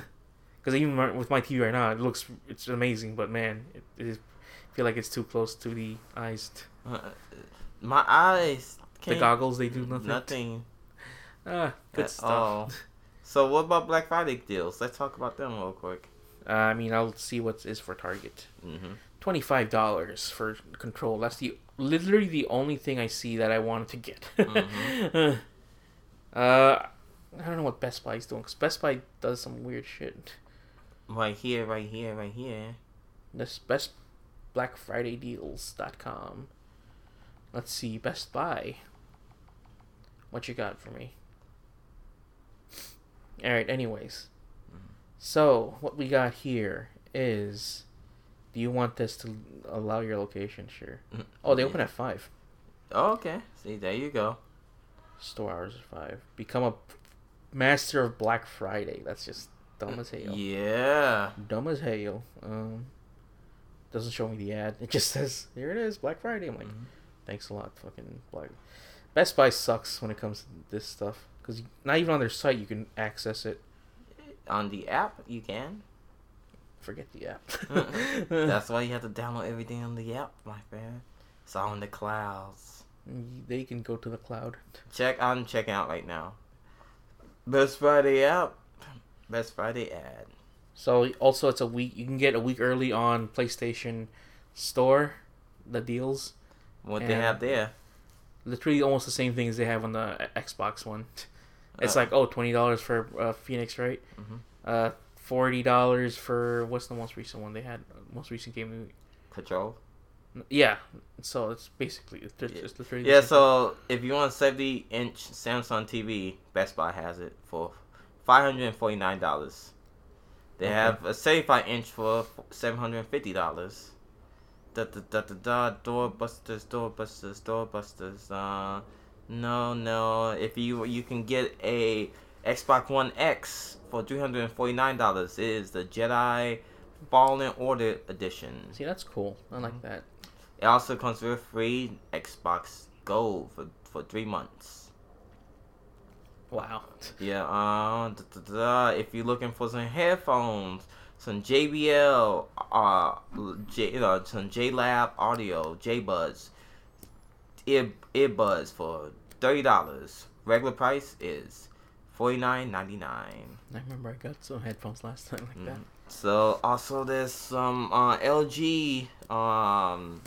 Speaker 1: Because even my, with my TV right now, it looks it's amazing, but man, it, it is. I feel like it's too close to the eyes.
Speaker 2: Uh, My eyes.
Speaker 1: the goggles they do nothing.
Speaker 2: Nothing
Speaker 1: Ah, good
Speaker 2: at
Speaker 1: stuff.
Speaker 2: all. So what about Black Friday deals? Let's talk about them real quick.
Speaker 1: Uh, I mean, I'll see what is for Target.
Speaker 2: hmm
Speaker 1: Twenty five dollars for control. That's the literally the only thing I see that I wanted to get.
Speaker 2: Mhm.
Speaker 1: uh, I don't know what Best Buy is doing because Best Buy does some weird shit.
Speaker 2: Right here, right here, right here.
Speaker 1: This Best Black Friday Deals.com. Let's see Best Buy. What you got for me? All right. Anyways, so what we got here is, do you want this to allow your location? Sure.
Speaker 2: Mm,
Speaker 1: Oh, they
Speaker 2: yeah.
Speaker 1: open at five.
Speaker 2: Oh, okay. See, there you go.
Speaker 1: Store hours at five. Become a master of Black Friday. That's just dumb as hell.
Speaker 2: Yeah.
Speaker 1: dumb as hell. Um, doesn't show me the ad. It just says, "Here it is, Black Friday." I'm like,
Speaker 2: Mhm.
Speaker 1: "Thanks a lot, fucking Black." Best Buy sucks when it comes to this stuff because not even on their site you can access it.
Speaker 2: On the app, you can.
Speaker 1: Forget the app.
Speaker 2: That's why you have to download everything on the app, my friend. It's all in the clouds.
Speaker 1: they can go to the cloud.
Speaker 2: Check. I'm checking out right now. Best Friday app. Best Friday ad.
Speaker 1: So also, it's a week. You can get a week early on PlayStation Store. The deals,
Speaker 2: What they
Speaker 1: And-
Speaker 2: have there?
Speaker 1: literally almost the same thing as they have on the uh, Xbox One. It's
Speaker 2: Uh,
Speaker 1: like oh, twenty dollars for uh, Phoenix, right?
Speaker 2: Mhm.
Speaker 1: Uh, forty dollars for what's the most recent one they had? Most recent game?
Speaker 2: control.
Speaker 1: we- Yeah. So it's basically it's, just-
Speaker 2: Yeah.
Speaker 1: it's literally the
Speaker 2: Yeah.
Speaker 1: same
Speaker 2: So if you want a 70 inch Samsung TV, Best Buy has it for 549 dollars. They
Speaker 1: Okay.
Speaker 2: have a 75 inch for 750 dollars. Da da da da da. Doorbusters, doorbusters, doorbusters. Uh, no, no. If you you can get a Xbox One X for 349 dollars. It is the Jedi Fallen Order edition.
Speaker 1: thing. See, that's cool. I
Speaker 2: Mm-hmm.
Speaker 1: like that.
Speaker 2: It also comes with free Xbox Gold for, for three months.
Speaker 1: Wow.
Speaker 2: Yeah, uh, da, da, da, if you're looking for some headphones, some JBL, uh, J, you know, some JLab audio, JBuds, ear earbuds for thirty dollars. Regular price is forty nine ninety nine.
Speaker 1: I remember I got some headphones last time like that.
Speaker 2: Mm-hmm. So also there's some uh, LG um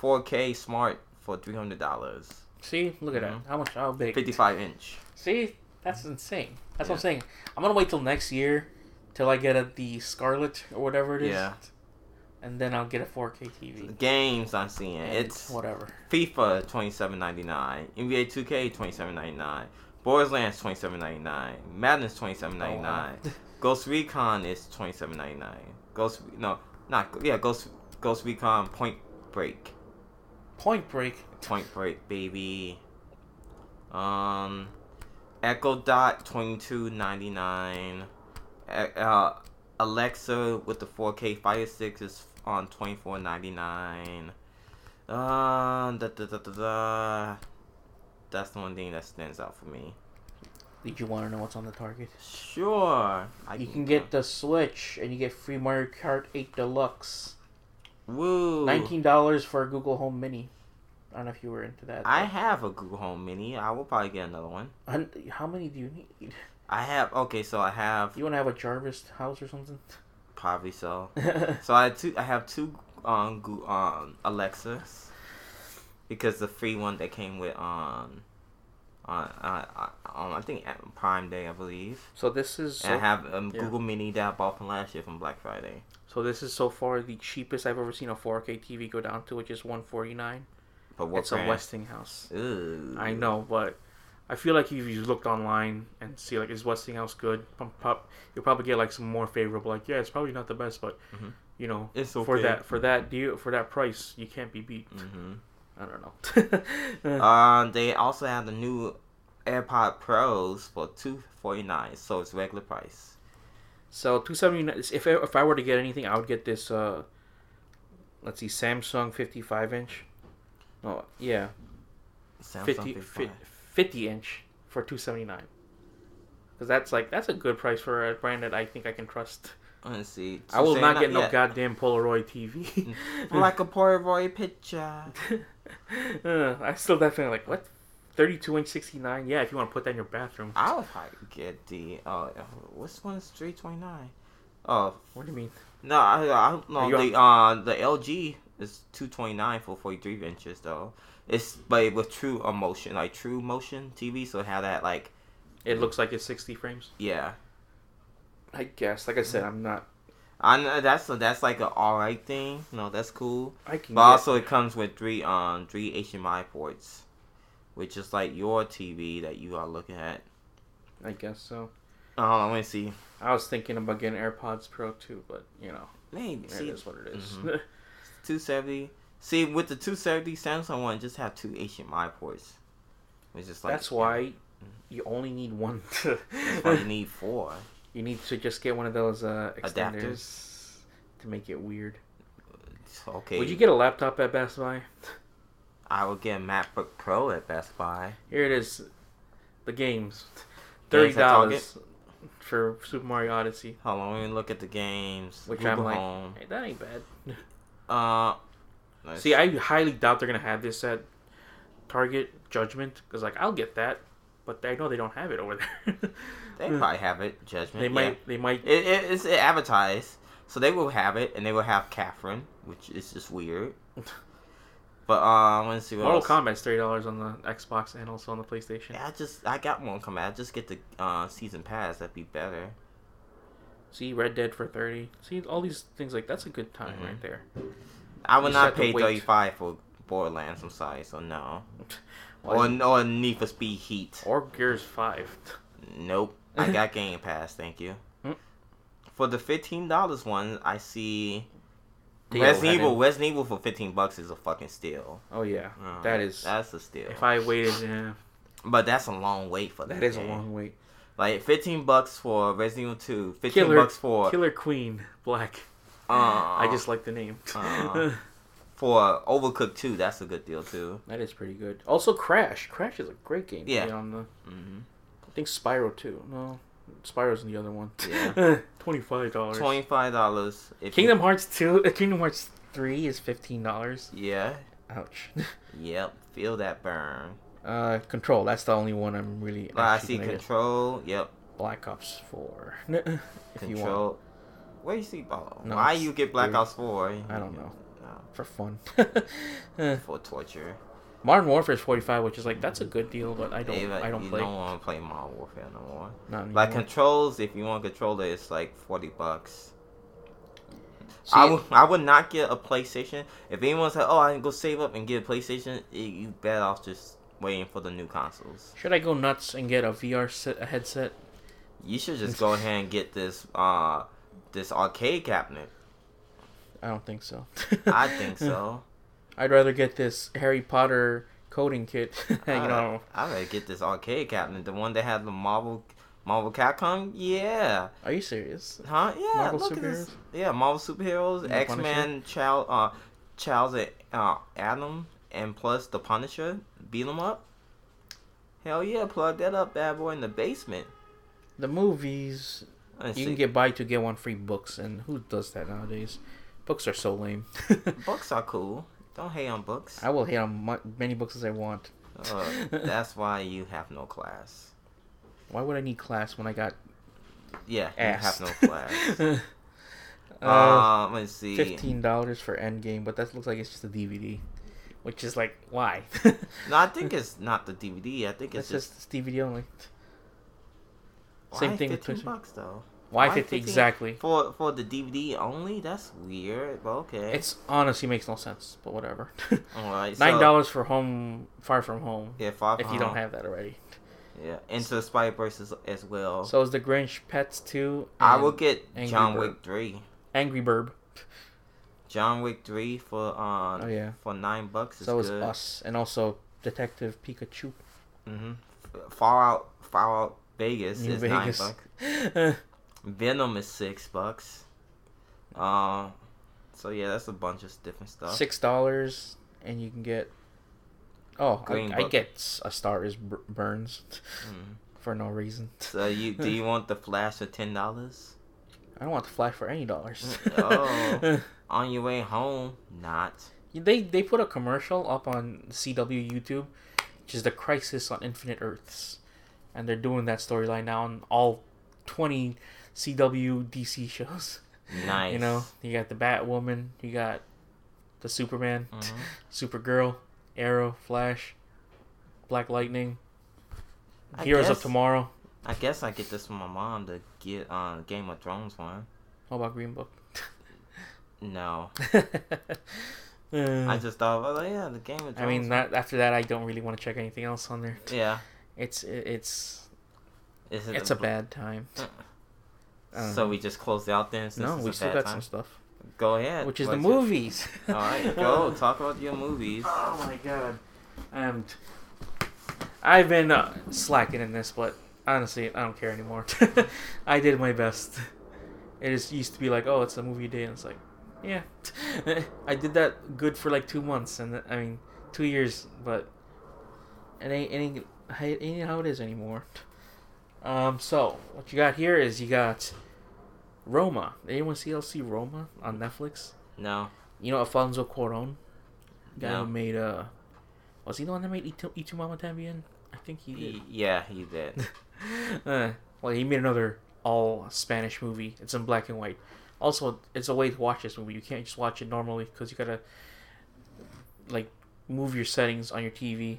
Speaker 2: 4K smart for three hundred dollars.
Speaker 1: See, look at
Speaker 2: Mhm.
Speaker 1: that. How much? How big?
Speaker 2: 55 inch.
Speaker 1: See, that's insane. That's what I'm
Speaker 2: Yeah.
Speaker 1: saying. I'm gonna wait till next year, till I get a, the Scarlet or whatever it is.
Speaker 2: Yeah.
Speaker 1: And then I'll get a 4K TV.
Speaker 2: Games I'm seeing
Speaker 1: And
Speaker 2: it's
Speaker 1: whatever.
Speaker 2: FIFA 27.99, NBA 2K 27.99, Borderlands 27.99, Madness 27.99,
Speaker 1: Oh, wow.
Speaker 2: Ghost Recon is 27.99. Ghost no not yeah Ghost Ghost Recon Point Break
Speaker 1: Point Break.
Speaker 2: Point Break baby. Um, Echo Dot 22.99. A- Uh, Alexa with the 4K Fire Stick is on 24.99. Uh, da, da, da, da, da. That's the one thing that stands out for me.
Speaker 1: Did you want to know what's on the Target?
Speaker 2: Sure, I
Speaker 1: You can get the Switch, and you get free Mario Kart 8 Deluxe.
Speaker 2: woo.
Speaker 1: Nineteen dollars for a Google Home Mini. I don't know if you were into that.
Speaker 2: I have a Google Home Mini. I will probably get another one.
Speaker 1: but- Hun- How many do you need?
Speaker 2: I have okay, so I have
Speaker 1: You want to have a Jarvis house or something?
Speaker 2: probably so.
Speaker 1: yeah,
Speaker 2: So I had two. I have two um, Goo- um Alexas because the free one that came with um on uh, um, I think at Prime Day I believe.
Speaker 1: So this is
Speaker 2: and I
Speaker 1: so,
Speaker 2: have um,
Speaker 1: yeah.
Speaker 2: Google Mini that I bought from last year from Black Friday.
Speaker 1: so this is so far the cheapest I've ever seen a 4K TV go down to, which is 149.
Speaker 2: But what
Speaker 1: it's a
Speaker 2: brand?
Speaker 1: Westinghouse.
Speaker 2: Ooh.
Speaker 1: I know, but I feel like if you looked online and see like is Westinghouse good, pump, pop, you'll probably get like some more favorable. Like yeah, it's probably not the best, but
Speaker 2: Mhm.
Speaker 1: you know
Speaker 2: It's
Speaker 1: for
Speaker 2: okay.
Speaker 1: that for that deal for that price you can't be beat.
Speaker 2: hmm
Speaker 1: I don't know. Uh,
Speaker 2: Um, they also have the new AirPod Pros for two forty nine, so it's regular price.
Speaker 1: So two seventy nine. If I, if I were to get anything, I would get this. Uh, let's see, Samsung fifty five inch. Oh yeah,
Speaker 2: Samsung
Speaker 1: 50,
Speaker 2: 55.
Speaker 1: 50 inch for two seventy nine. Because that's like that's a good price for a brand that I think I can trust.
Speaker 2: Let's see.
Speaker 1: I will not get
Speaker 2: 279
Speaker 1: no
Speaker 2: yeah.
Speaker 1: goddamn Polaroid TV.
Speaker 2: like a Polaroid picture.
Speaker 1: uh, I still definitely like what thirty two inch sixty nine. Yeah, if you want to put that in your bathroom.
Speaker 2: I would probably get the uh, which one's three twenty nine? Oh
Speaker 1: What do you mean?
Speaker 2: no, I, I no
Speaker 1: Are you
Speaker 2: the uh the LG is two twenty nine for forty three inches though. It's but with true emotion, like true motion TV, so it had that like
Speaker 1: It looks like it's sixty frames.
Speaker 2: yeah.
Speaker 1: I guess. Like I said, I'm not.
Speaker 2: I know that's that's like an alright thing. No, that's cool.
Speaker 1: I can.
Speaker 2: But
Speaker 1: get-
Speaker 2: also, it comes with three um three HDMI ports, which is like your TV that you are looking at.
Speaker 1: I guess so.
Speaker 2: Oh, I want to see.
Speaker 1: I was thinking about getting AirPods Pro too, but you know,
Speaker 2: Maybe
Speaker 1: it
Speaker 2: see
Speaker 1: is what it is.
Speaker 2: Mhm. two seventy. See with the two seventy Samsung one, just have two HDMI ports, which is like Mm-hmm.
Speaker 1: That's why you only need one. To,
Speaker 2: That's why you need four.
Speaker 1: you need to just get one of those uh,
Speaker 2: Adapters.
Speaker 1: extenders to make it weird.
Speaker 2: Okay,
Speaker 1: Would you get a laptop at Best Buy?
Speaker 2: I would get a MacBook Pro at Best Buy.
Speaker 1: Here it is, the games, thirty
Speaker 2: Games at Target?
Speaker 1: dollars for Super Mario Odyssey,
Speaker 2: Hold on, let me look at the games.
Speaker 1: which
Speaker 2: Google
Speaker 1: I'm like,
Speaker 2: Home.
Speaker 1: "Hey, that ain't bad.
Speaker 2: Uh, let's
Speaker 1: See, I highly doubt they're gonna have this at Target Judgment because like I'll get that, but I know they don't have it over there. Hmm.
Speaker 2: They probably have it. Judgment.
Speaker 1: Mm. They
Speaker 2: yeah.
Speaker 1: might. They might.
Speaker 2: It, it, it's advertised, so they will have it, and they will have Catherine, which is just weird. But um, let's see what
Speaker 1: Mortal
Speaker 2: else.
Speaker 1: Kombat's thirty dollars on the Xbox and also on the PlayStation.
Speaker 2: Yeah, I just I got one coming. I just get the uh, season pass. That'd be better.
Speaker 1: See Red Dead for thirty. See all these things like that's a good time
Speaker 2: Mhm.
Speaker 1: right there.
Speaker 2: I would not
Speaker 1: You just have to
Speaker 2: pay
Speaker 1: wait.
Speaker 2: thirty five for Borderlands. I'm sorry, so no.
Speaker 1: Why
Speaker 2: Or or Need for Speed Heat.
Speaker 1: Or Gears Five.
Speaker 2: Nope. I got Game Pass. Thank you.
Speaker 1: Mm.
Speaker 2: For the fifteen dollars one, I see
Speaker 1: Deal,
Speaker 2: Resident
Speaker 1: that
Speaker 2: Evil.
Speaker 1: is-
Speaker 2: Resident Evil for fifteen bucks is a fucking steal.
Speaker 1: Oh yeah,
Speaker 2: Uh,
Speaker 1: that is.
Speaker 2: that's a steal.
Speaker 1: If I waited, yeah,
Speaker 2: But that's a long wait for that.
Speaker 1: that is a
Speaker 2: game.
Speaker 1: long wait.
Speaker 2: Like fifteen bucks for Resident Evil Two. Fifteen
Speaker 1: Killer-
Speaker 2: bucks for
Speaker 1: Killer Queen Black.
Speaker 2: uh,
Speaker 1: I just like the name.
Speaker 2: Uh. for Overcooked Two. That's a good deal too.
Speaker 1: that is pretty good. Also, Crash. Crash is a great game. to
Speaker 2: Yeah.
Speaker 1: get on the,
Speaker 2: hmm
Speaker 1: I think Spyro too. No, Spyro's in the other one.
Speaker 2: Yeah.
Speaker 1: Twenty five dollars.
Speaker 2: Twenty five dollars.
Speaker 1: Kingdom Hearts two. uh, Kingdom Hearts three is fifteen dollars.
Speaker 2: Yeah.
Speaker 1: Ouch.
Speaker 2: Yep. Feel that burn.
Speaker 1: Uh, Control. That's the only one I'm really.
Speaker 2: Like, Ah, I
Speaker 1: actually
Speaker 2: see
Speaker 1: gonna get.
Speaker 2: Control. Yep.
Speaker 1: Black Ops Four. if you want,
Speaker 2: Control. Where you see? Oh,
Speaker 1: No,
Speaker 2: why
Speaker 1: it's
Speaker 2: you get Black
Speaker 1: weird.
Speaker 2: Ops Four?
Speaker 1: I don't know
Speaker 2: No,
Speaker 1: for fun. Uh,
Speaker 2: for torture.
Speaker 1: Modern Warfare is forty five, which is like that's a good deal, but I don't.
Speaker 2: They, like,
Speaker 1: I don't
Speaker 2: you
Speaker 1: play.
Speaker 2: don't want to play Modern Warfare no more.
Speaker 1: Not anymore.
Speaker 2: Like controls, if you want a controller, it's like forty bucks.
Speaker 1: See,
Speaker 2: I would I would not get a PlayStation. If anyone's like, oh, I can go save up and get a PlayStation, eh, you better off just waiting for the new consoles.
Speaker 1: should I go nuts and get a VR set, a headset?
Speaker 2: You should just go ahead and get this uh this arcade cabinet.
Speaker 1: I don't think so.
Speaker 2: I think so.
Speaker 1: I'd rather get this Harry Potter coding kit. you
Speaker 2: I-
Speaker 1: know,
Speaker 2: I better get this arcade cabinet, the one that had the Marvel Marvel Capcom. Yeah,
Speaker 1: are you serious?
Speaker 2: huh? Yeah,
Speaker 1: Marvel
Speaker 2: look at this.
Speaker 1: superheroes?
Speaker 2: Yeah, Marvel superheroes,
Speaker 1: And the
Speaker 2: X Men, Child, uh, Child's uh, Adam, and plus the Punisher. Beat 'em up. Hell yeah, plug that up, bad boy, in the basement.
Speaker 1: The movies
Speaker 2: Let's
Speaker 1: you
Speaker 2: see.
Speaker 1: can get buy two get one free books, and who does that nowadays? Books are so lame.
Speaker 2: books are cool. Don't hate on books.
Speaker 1: I will hate on mu- many books as I want.
Speaker 2: Uh, that's why you have no class.
Speaker 1: Why would I need class when I got
Speaker 2: Yeah,
Speaker 1: ass?
Speaker 2: you have no class.
Speaker 1: uh,
Speaker 2: um, let's see.
Speaker 1: fifteen dollars for Endgame, but that looks like it's just a DVD, which is like why?
Speaker 2: No, I think it's not the DVD. I think it's
Speaker 1: it's just
Speaker 2: just,
Speaker 1: it's DVD only.
Speaker 2: why
Speaker 1: same thing with
Speaker 2: fifteen
Speaker 1: Twitter.
Speaker 2: bucks though.
Speaker 1: Why,
Speaker 2: Why
Speaker 1: 50?
Speaker 2: 15?
Speaker 1: Exactly.
Speaker 2: For for the DVD only, that's weird. But okay,
Speaker 1: It's honestly makes no sense, but whatever.
Speaker 2: all right. so- Uh-huh.
Speaker 1: Nine dollars for Home Far From Home.
Speaker 2: Yeah, five.
Speaker 1: If you don't have that already,
Speaker 2: yeah, Into the Spider Verse as, as well.
Speaker 1: so is the Grinch, Pets Two.
Speaker 2: Oh. I
Speaker 1: and
Speaker 2: will get
Speaker 1: Angry
Speaker 2: John
Speaker 1: Bird.
Speaker 2: Wick three.
Speaker 1: Angry Bird.
Speaker 2: John Wick three for uh
Speaker 1: Oh, yeah.
Speaker 2: for nine bucks is
Speaker 1: So is
Speaker 2: good.
Speaker 1: Us, and also Detective Pikachu.
Speaker 2: hmm Fallout Fallout Vegas
Speaker 1: New
Speaker 2: is nine
Speaker 1: Vegas.
Speaker 2: bucks.
Speaker 1: Uh,
Speaker 2: Venom is six bucks. Um, so yeah, that's a bunch of different stuff.
Speaker 1: Six dollars, and you can get. Oh,
Speaker 2: Green
Speaker 1: I, I
Speaker 2: Book.
Speaker 1: get S- a Star is Bur- Burns
Speaker 2: Mm.
Speaker 1: for no reason.
Speaker 2: So you do you want the Flash for ten dollars
Speaker 1: I don't want the Flash for any dollars.
Speaker 2: Oh. on your way home? Not.
Speaker 1: they they put a commercial up on CW YouTube, which is the Crisis on Infinite Earths, and they're doing that storyline now on all twenty CW DC shows.
Speaker 2: Nice.
Speaker 1: You know, you got the Batwoman, you got the Superman,
Speaker 2: Mhm.
Speaker 1: Supergirl, Arrow, Flash, Black Lightning,
Speaker 2: I
Speaker 1: Heroes of
Speaker 2: guess-
Speaker 1: Tomorrow.
Speaker 2: I guess I get this from my mom to get uh, Game of Thrones one.
Speaker 1: How about Green Book?
Speaker 2: No,
Speaker 1: Uh,
Speaker 2: I
Speaker 1: I,
Speaker 2: just thought, oh yeah, the Game of Thrones.
Speaker 1: Mm. mean, that after that, I don't really want to check anything else on there.
Speaker 2: yeah,
Speaker 1: It's it's
Speaker 2: is it
Speaker 1: it's
Speaker 2: the
Speaker 1: a bad time.
Speaker 2: Uh,
Speaker 1: Um,
Speaker 2: So we just closed out then. Since
Speaker 1: no,
Speaker 2: it's
Speaker 1: we
Speaker 2: a
Speaker 1: still
Speaker 2: bad
Speaker 1: got
Speaker 2: time.
Speaker 1: some stuff,
Speaker 2: Go ahead.
Speaker 1: which is the
Speaker 2: What's it?
Speaker 1: movies.
Speaker 2: All right, go talk about your movies.
Speaker 1: Oh my god, I'm. T- I've been uh, slacking in this, but honestly, I don't care anymore. I did my best. It is used to be like, oh, it's a movie day, and it's like, yeah, I did that good for like two months, and th- I mean, two years, but it ain't any, it ain't how it is anymore. Um, so what you got here is you got Roma. Anyone see else see Roma on Netflix?
Speaker 2: No,
Speaker 1: You know Alfonso Cuarón, guy
Speaker 2: No.
Speaker 1: who made uh, was he the one that made Itu, Itu Mama Tambien? I think he did.
Speaker 2: y- yeah, you did.
Speaker 1: uh, well, he made another all Spanish movie. It's in black and white. Also, it's a way to watch this movie. You can't just watch it normally because you gotta like move your settings on your TV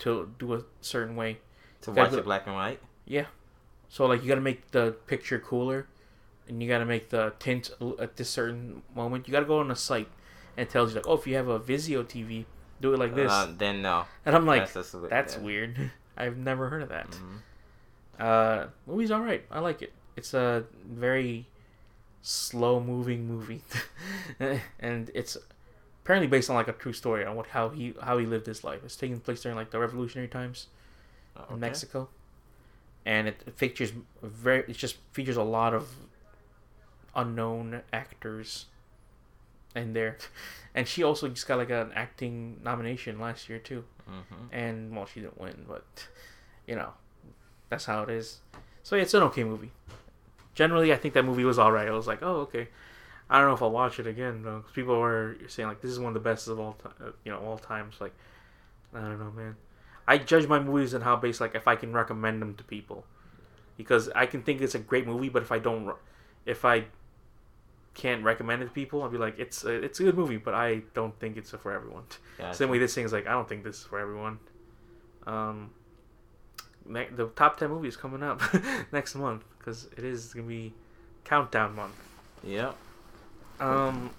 Speaker 1: to do a certain way.
Speaker 2: To
Speaker 1: Okay,
Speaker 2: watch
Speaker 1: but-
Speaker 2: it black and white.
Speaker 1: So like you gotta make the picture cooler, and you gotta make the tint l- at this certain moment. You gotta go on a site and it tells you like, oh, if you have a Vizio TV, do it like this.
Speaker 2: Uh, then no.
Speaker 1: and I'm like,
Speaker 2: that's, just-
Speaker 1: That's
Speaker 2: yeah.
Speaker 1: weird. I've never heard of that.
Speaker 2: Mhm.
Speaker 1: Uh, movie's all right. I like it. It's a very slow moving movie, and it's apparently based on like a true story on what how he how he lived his life. It's taking place during like the revolutionary times
Speaker 2: Oh, Okay.
Speaker 1: in Mexico, and it, it features very. It just features a lot of unknown actors in there, and she also just got like an acting nomination last year too
Speaker 2: Mhm.
Speaker 1: and well, she didn't win, but you know, that's how it is. So yeah, it's an okay movie. Generally, I think that movie was all right. I was like, oh okay. I don't know if I'll watch it again though, 'cause people were saying like this is one of the best of all time, you know, all times. Like, I don't know, man. I judge my movies on how based like if I can recommend them to people, because I can think it's a great movie, but if I don't, re- if I can't recommend it to people, I'll be like it's a, it's a good movie, but I don't think it's for everyone.
Speaker 2: Gotcha.
Speaker 1: Same way this thing is like, I don't think this is for everyone. Um, ne- the top 10 movies coming up next month because it is going to be countdown month.
Speaker 2: Yep.
Speaker 1: Um,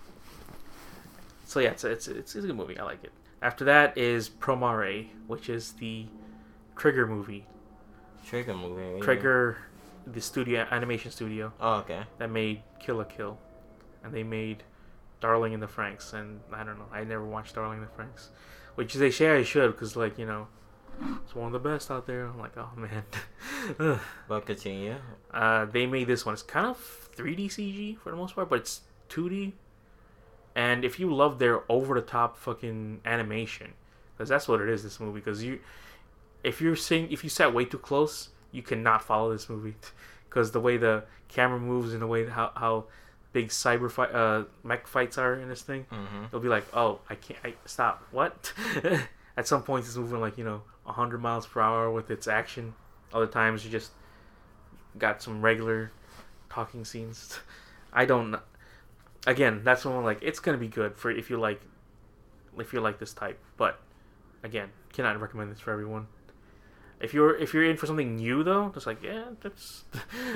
Speaker 1: so yeah, it's, it's, it's, it's a good movie. I like it. After that is Promare, which is the Trigger movie.
Speaker 2: Trigger movie. what do you
Speaker 1: Trigger, the studio, animation studio
Speaker 2: mean? Oh, okay.
Speaker 1: that made Kill a Kill, and they made Darling in the Franks, and I don't know. I never watched Darling in the Franks, which they say I should, because like you know, it's one of the best out there. I'm like, oh man. Ugh.
Speaker 2: But continue.
Speaker 1: uh, they made this one. It's kind of 3D CG for the most part, but it's 2D. And if you love their over-the-top fucking animation, because that's what it is, this movie. Because you, if you're seeing, if you sat way too close, you cannot follow this movie, because the way the camera moves and the way how how big cyber fight, uh, mech fights are in this thing,
Speaker 2: Mm-hmm.
Speaker 1: they'll be like, oh, I can't, I, stop, what? At some points, it's moving like, you know, 100 miles per hour with its action. Other times, you just got some regular talking scenes. I don't, kn- again, that's when I'm like, it's going to be good for if you like, if you like this type. But again, cannot recommend this for everyone. If you're if you're in for something new though, just like yeah, that's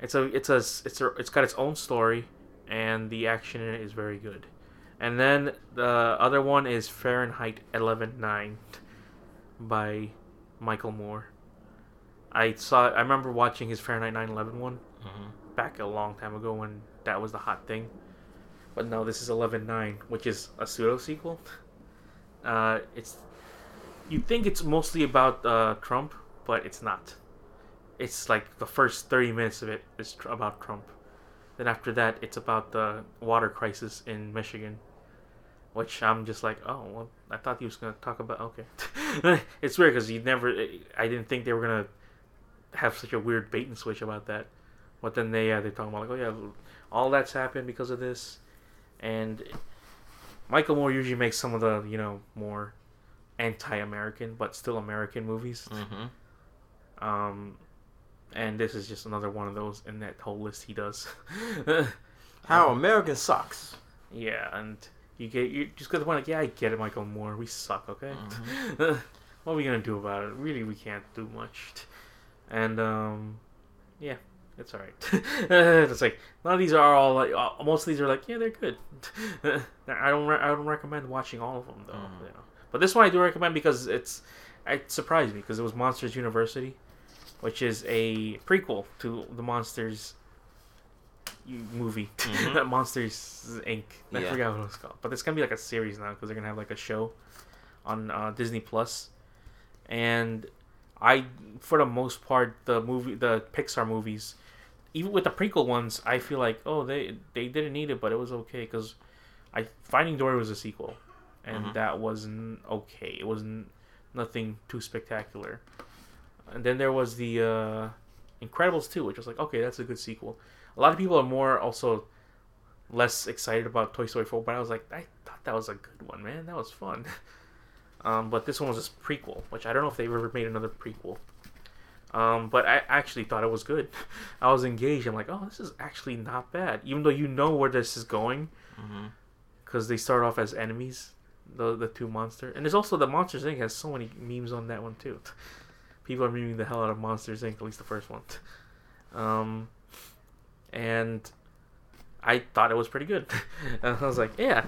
Speaker 1: it's a it's a it's a it's got its own story, and the action in it is very good. And then the other one is Fahrenheit 11.9 by Michael Moore. I saw. I remember watching his Fahrenheit 9/11 one
Speaker 2: Mm-hmm.
Speaker 1: back a long time ago when that was the hot thing. But no, this is 11.9, which is a pseudo sequel. Uh, it's you think it's mostly about uh, Trump, but it's not. It's like the first 30 minutes of it is tr- about Trump. Then after that, it's about the water crisis in Michigan, which I'm just like, oh, well, I thought he was going to talk about. Okay. it's weird because you never. eh, I didn't think they were going to have such a weird bait and switch about that. But then they, yeah, they're talking about, like, oh, yeah, all that's happened because of this. And Michael Moore usually makes some of the, you know, more anti American, but still American movies.
Speaker 2: Mm-hmm.
Speaker 1: Um, and this is just another one of those in that whole list he does.
Speaker 2: How American sucks.
Speaker 1: yeah, and you get you just got the point like, yeah, I get it, Michael Moore, we suck, okay? what are we gonna do about it? Really, we can't do much. And um, yeah, it's all right. it's like none of these are all like uh, most of these are like yeah, they're good. I don't re- I don't recommend watching all of them though.
Speaker 2: Mhm.
Speaker 1: You know? But this one I do recommend because it's it surprised me because it was Monsters University, which is a prequel to the Monsters u- movie,
Speaker 2: Mhm.
Speaker 1: That Monsters Inc. I
Speaker 2: Yeah.
Speaker 1: forgot what it was called, but it's gonna be like a series now because they're gonna have like a show on uh, Disney Plus, and I, for the most part, the movie, the Pixar movies, even with the prequel ones, I feel like oh they they didn't need it, but it was okay because I Finding Dory was a sequel, and
Speaker 2: Mhm.
Speaker 1: that wasn't okay. It wasn't nothing too spectacular. And then there was the uh, Incredibles 2, which was like, okay, that's a good sequel. A lot of people are more also less excited about Toy Story 4, but I was like, I thought that was a good one, man. That was fun. Um, but this one was a prequel, which I don't know if they've ever made another prequel. Um, but I actually thought it was good. I was engaged. I'm like, oh, this is actually not bad. Even though you know where this is going,
Speaker 2: Mm-hmm.
Speaker 1: because they start off as enemies, the the two monster. And there's also the Monsters Inc. has so many memes on that one too. People are memeing the hell out of Monsters Inc. At least the first one. Um, and I thought it was pretty good. and I was like, yeah,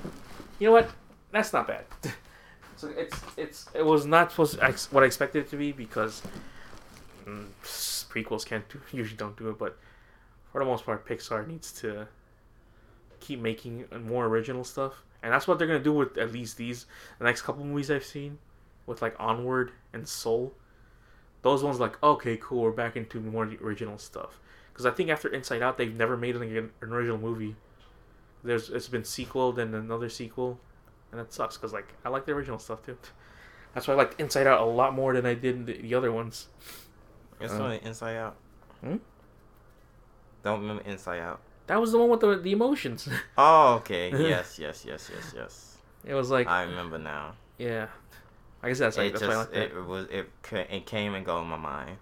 Speaker 1: you know what? That's not bad. so it's it's it was not supposed to, ex- what I expected it to be because mm, prequels can't do usually don't do it, but for the most part, Pixar needs to keep making more original stuff, and that's what they're gonna do with at least these the next couple movies I've seen, with like Onward and Soul. Those ones like okay, cool, we're back into more of the original stuff. Because I think after Inside Out, they've never made like, an, an original movie. There's it's been sequel then another sequel, and that sucks. Cause like I like the original stuff too. That's why I liked Inside Out a lot more than I did the, the other ones.
Speaker 2: It's
Speaker 1: Uh.
Speaker 2: only Inside Out.
Speaker 1: Hmm?
Speaker 2: Don't remember Inside Out.
Speaker 1: That was the one with the, the emotions.
Speaker 2: Oh, okay. yes, yes, yes, yes, yes.
Speaker 1: it was like
Speaker 2: I remember now.
Speaker 1: yeah. I guess that's like,
Speaker 2: It
Speaker 1: that's
Speaker 2: just
Speaker 1: why I like that.
Speaker 2: it was it ca- it came and go in my mind.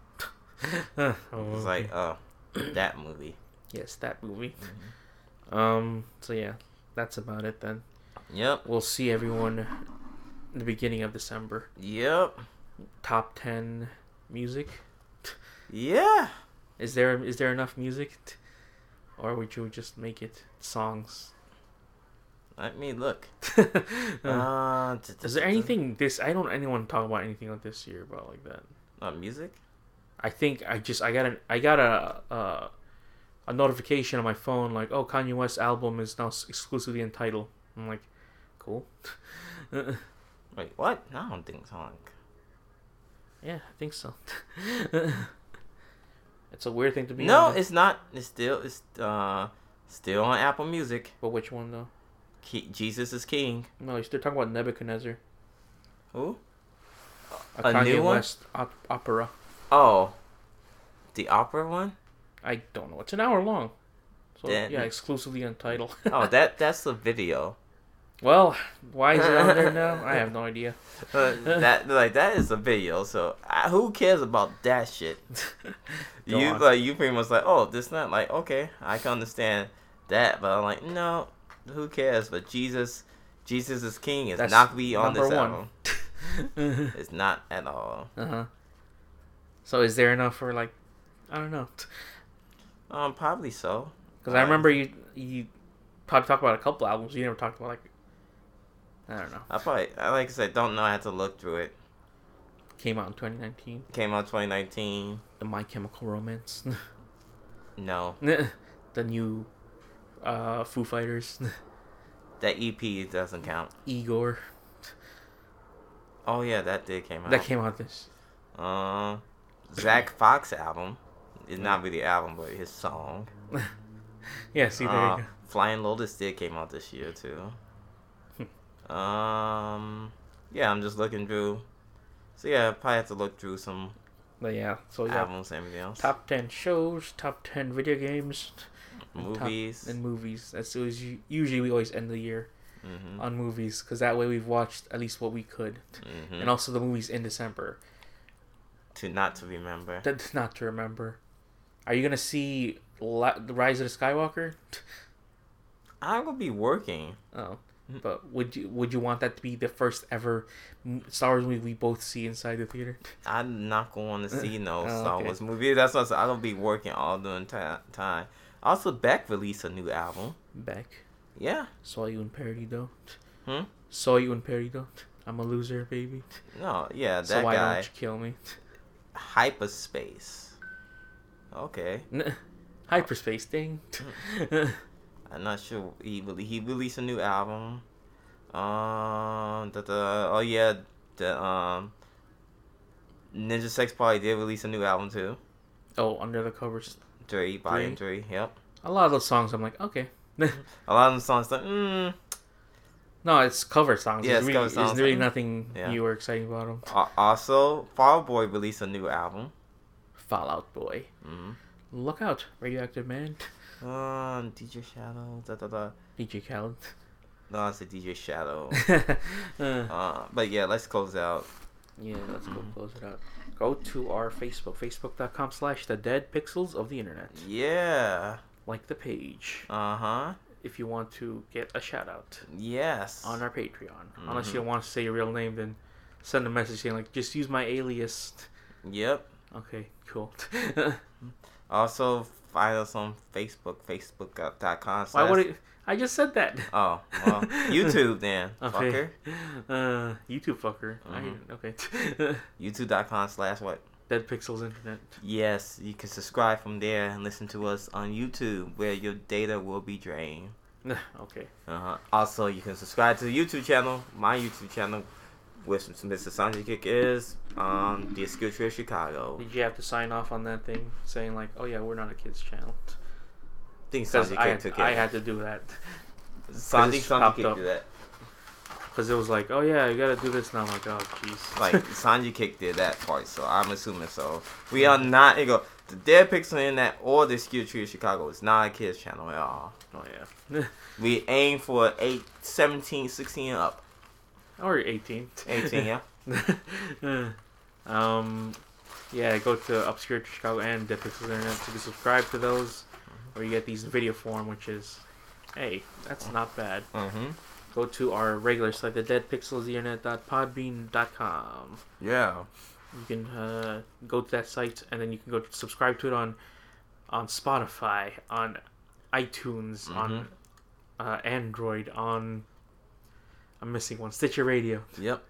Speaker 1: Huh.
Speaker 2: It
Speaker 1: Oh,
Speaker 2: was
Speaker 1: okay.
Speaker 2: like, oh, that movie.
Speaker 1: yes, that movie. Um. So yeah, that's about it then.
Speaker 2: Yep,
Speaker 1: We'll see everyone in the beginning of December.
Speaker 2: yep,
Speaker 1: Top ten music.
Speaker 2: yeah.
Speaker 1: Is there is there enough music, t- or would you just make it songs?
Speaker 2: Let me look.
Speaker 1: Uh,
Speaker 2: Uh,
Speaker 1: is there anything this? I don't anyone talk about anything like this year about like that.
Speaker 2: Uh, music?
Speaker 1: I think I just I got an I got a uh, a notification on my phone like oh Kanye West album is now s- exclusively in title. I'm like, cool.
Speaker 2: Wait, what? I don't think so.
Speaker 1: Yeah, I think so. it's a weird thing to be.
Speaker 2: No,
Speaker 1: on,
Speaker 2: it's not. It's still it's uh still on Apple Music.
Speaker 1: but which one though?
Speaker 2: Ki Jesus is King.
Speaker 1: No, they're talking about Nebuchadnezzar,
Speaker 2: Who?
Speaker 1: a,
Speaker 2: A
Speaker 1: Kanye
Speaker 2: new one?
Speaker 1: West op- opera.
Speaker 2: Oh, the opera one.
Speaker 1: I don't know. It's an hour long, so
Speaker 2: Then-
Speaker 1: yeah, exclusively on title.
Speaker 2: Oh, that that's the video.
Speaker 1: well, why is it on there now? I have no idea.
Speaker 2: Uh, that like that is a video. So I, who cares about that shit?
Speaker 1: Go
Speaker 2: you
Speaker 1: on.
Speaker 2: like you pretty much like oh this not like okay I can understand that, but I'm like no, who cares? But Jesus, Jesus is King is
Speaker 1: That's
Speaker 2: not gonna be on this
Speaker 1: number one.
Speaker 2: album.
Speaker 1: uh
Speaker 2: It's not at all.
Speaker 1: huh. Uh-huh. So is there enough for like, I don't know,
Speaker 2: Um, probably so.
Speaker 1: because I remember you you probably talked about a couple albums. You never talked about like, I don't know,
Speaker 2: I probably I like I said don't know. I had to look through it.
Speaker 1: came out in 2019.
Speaker 2: Came out 2019.
Speaker 1: The My Chemical Romance.
Speaker 2: No,
Speaker 1: the new uh, Foo Fighters,
Speaker 2: that EP doesn't count.
Speaker 1: Igor.
Speaker 2: Oh yeah, that did came out.
Speaker 1: That came out this.
Speaker 2: Um, Zach Fox album. It's not really an album, but his song.
Speaker 1: Yeah, see, there
Speaker 2: Uh,
Speaker 1: you go.
Speaker 2: Flying Lotus did came out this year too.
Speaker 1: Hmm.
Speaker 2: um, yeah, I'm just looking through. So yeah, I probably have to look through some
Speaker 1: But yeah, so Oh, yeah.
Speaker 2: albums and everything else.
Speaker 1: Top 10 shows, top 10 video games, and top-
Speaker 2: movies.
Speaker 1: and movies. That's always, usually we always end the year
Speaker 2: hmm
Speaker 1: on movies because that way we've watched at least what we could.
Speaker 2: hmm
Speaker 1: And also the movies in December.
Speaker 2: to not to remember.
Speaker 1: That's not to remember. Are you going to see La- The Rise of the Skywalker?
Speaker 2: I'm gonna be working.
Speaker 1: Oh. But would you would you want that to be the first ever m- Star Wars movie we both see inside the theater?
Speaker 2: I'm not gonna want to see no
Speaker 1: Oh,
Speaker 2: Star
Speaker 1: okay.
Speaker 2: Wars movie. That's what I'm saying. I'm gonna be working all the entire time. Also, Beck released a new album.
Speaker 1: Back.
Speaker 2: Yeah.
Speaker 1: Saw you in Perdido.
Speaker 2: Hmm?
Speaker 1: Saw you in Perdido. I'm a loser, baby.
Speaker 2: No. Yeah. That
Speaker 1: so why
Speaker 2: guy.
Speaker 1: don't you kill me?
Speaker 2: Hyperspace. Okay.
Speaker 1: N- Hyperspace thing.
Speaker 2: Hmm. I'm not sure. He rele- he released a new album. Um, the, the oh yeah, the um, Ninja Sex Party did release a new album too.
Speaker 1: oh, under the covers.
Speaker 2: Three, volume three. Yep.
Speaker 1: A lot of those songs, I'm like, okay.
Speaker 2: A lot of them songs like, mm,
Speaker 1: No, it's cover songs.
Speaker 2: Yeah,
Speaker 1: Yeah,
Speaker 2: it's
Speaker 1: really,
Speaker 2: cover
Speaker 1: there's
Speaker 2: songs.
Speaker 1: really nothing
Speaker 2: Yeah.
Speaker 1: new or exciting about them.
Speaker 2: Al- Also, Fall Out Boy released a new album.
Speaker 1: Fallout Boy.
Speaker 2: Mhm.
Speaker 1: Look out, Radioactive Man.
Speaker 2: Um, DJ Shadow. Da da da.
Speaker 1: DJ Khaled.
Speaker 2: No, it's a DJ Shadow.
Speaker 1: Uh,
Speaker 2: uh, but yeah, let's close out.
Speaker 1: Yeah, let's
Speaker 2: Hmm.
Speaker 1: go close it out. Go to our Facebook, facebook.com slash the dead pixels of the internet.
Speaker 2: Yeah.
Speaker 1: Like the page
Speaker 2: Uh huh.
Speaker 1: if you want to get a shout out
Speaker 2: Yes.
Speaker 1: on our Patreon. Unless you don't want to say your real name, then send a message saying, like, just use my alias.
Speaker 2: Yep.
Speaker 1: Okay, cool.
Speaker 2: Also, find us on Facebook, facebook.com.
Speaker 1: Why
Speaker 2: slash-
Speaker 1: would it? I just said that.
Speaker 2: Oh, well, YouTube then.
Speaker 1: Okay. Uh, YouTube fucker. I, okay.
Speaker 2: Fucker. YouTube.com slash what?
Speaker 1: Dead Pixels Internet.
Speaker 2: Yes, you can subscribe from there and listen to us on YouTube where your data will be drained.
Speaker 1: okay.
Speaker 2: Uh-huh. Also, you can subscribe to the YouTube channel, my YouTube channel, with Mr. Sanjay Kick is um, the Skill Tree of Chicago.
Speaker 1: Did you have to sign off on that thing saying, like, oh yeah, we're not a kids' channel?
Speaker 2: I think
Speaker 1: Because
Speaker 2: Sanjay
Speaker 1: I,
Speaker 2: Kick
Speaker 1: had-
Speaker 2: took
Speaker 1: I
Speaker 2: it.
Speaker 1: had to do that.
Speaker 2: Sanjay,
Speaker 1: just
Speaker 2: Sanjay
Speaker 1: popped
Speaker 2: Kick
Speaker 1: up.
Speaker 2: did that.
Speaker 1: Because it was like, oh yeah, you gotta do this now. I'm like, oh jeez.
Speaker 2: like Sanji Kick did that part, so I'm assuming so. We are not it go the Dead Pixel in that or the Skew Tree of Chicago is not a kids channel at all.
Speaker 1: oh yeah.
Speaker 2: We aim for 8, 17, 16 and up.
Speaker 1: or 18.
Speaker 2: 18, yeah.
Speaker 1: um, yeah, go to Obscure to Chicago and Dead Pixels Internet to subscribe to those, or you get these in video form, which is, hey, that's not bad.
Speaker 2: Mm-hmm.
Speaker 1: Go to our regular site, the deadpixelsinternet.podbean.com.
Speaker 2: Yeah.
Speaker 1: You can uh, go to that site, and then you can go subscribe to it on on Spotify, on iTunes, on uh, Android, on I'm missing one, Stitcher Radio.
Speaker 2: Yep.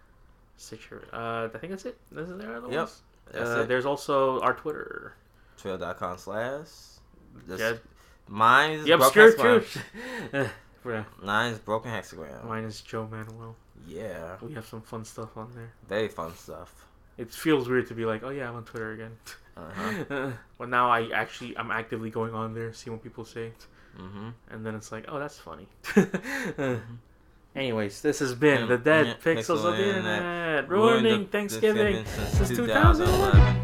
Speaker 1: Stitcher. Uh, I think that's it. Those are the other
Speaker 2: Yep,
Speaker 1: ones.
Speaker 2: that's
Speaker 1: uh,
Speaker 2: it.
Speaker 1: There's also our Twitter.
Speaker 2: Trail.com slash That's-
Speaker 1: Dead-
Speaker 2: Mine's
Speaker 1: the obscure
Speaker 2: broken hexagram.
Speaker 1: truth. Uh, Yeah,
Speaker 2: Mine's broken hexagram.
Speaker 1: Mine is Joe Manuel.
Speaker 2: Yeah.
Speaker 1: We have some fun stuff on there.
Speaker 2: Very fun stuff.
Speaker 1: It feels weird to be like, oh yeah, I'm on Twitter again.
Speaker 2: Uh-huh.
Speaker 1: but now I actually I'm actively going on there, see what people say,
Speaker 2: Mm-hmm.
Speaker 1: and then it's like, oh, that's funny. Anyways, this has been the Dead
Speaker 2: Yeah,
Speaker 1: Pixels of the
Speaker 2: Pixel Internet.
Speaker 1: Internet,
Speaker 2: Ruined
Speaker 1: ruining
Speaker 2: the-
Speaker 1: Thanksgiving
Speaker 2: Thanksgiving
Speaker 1: since 2011.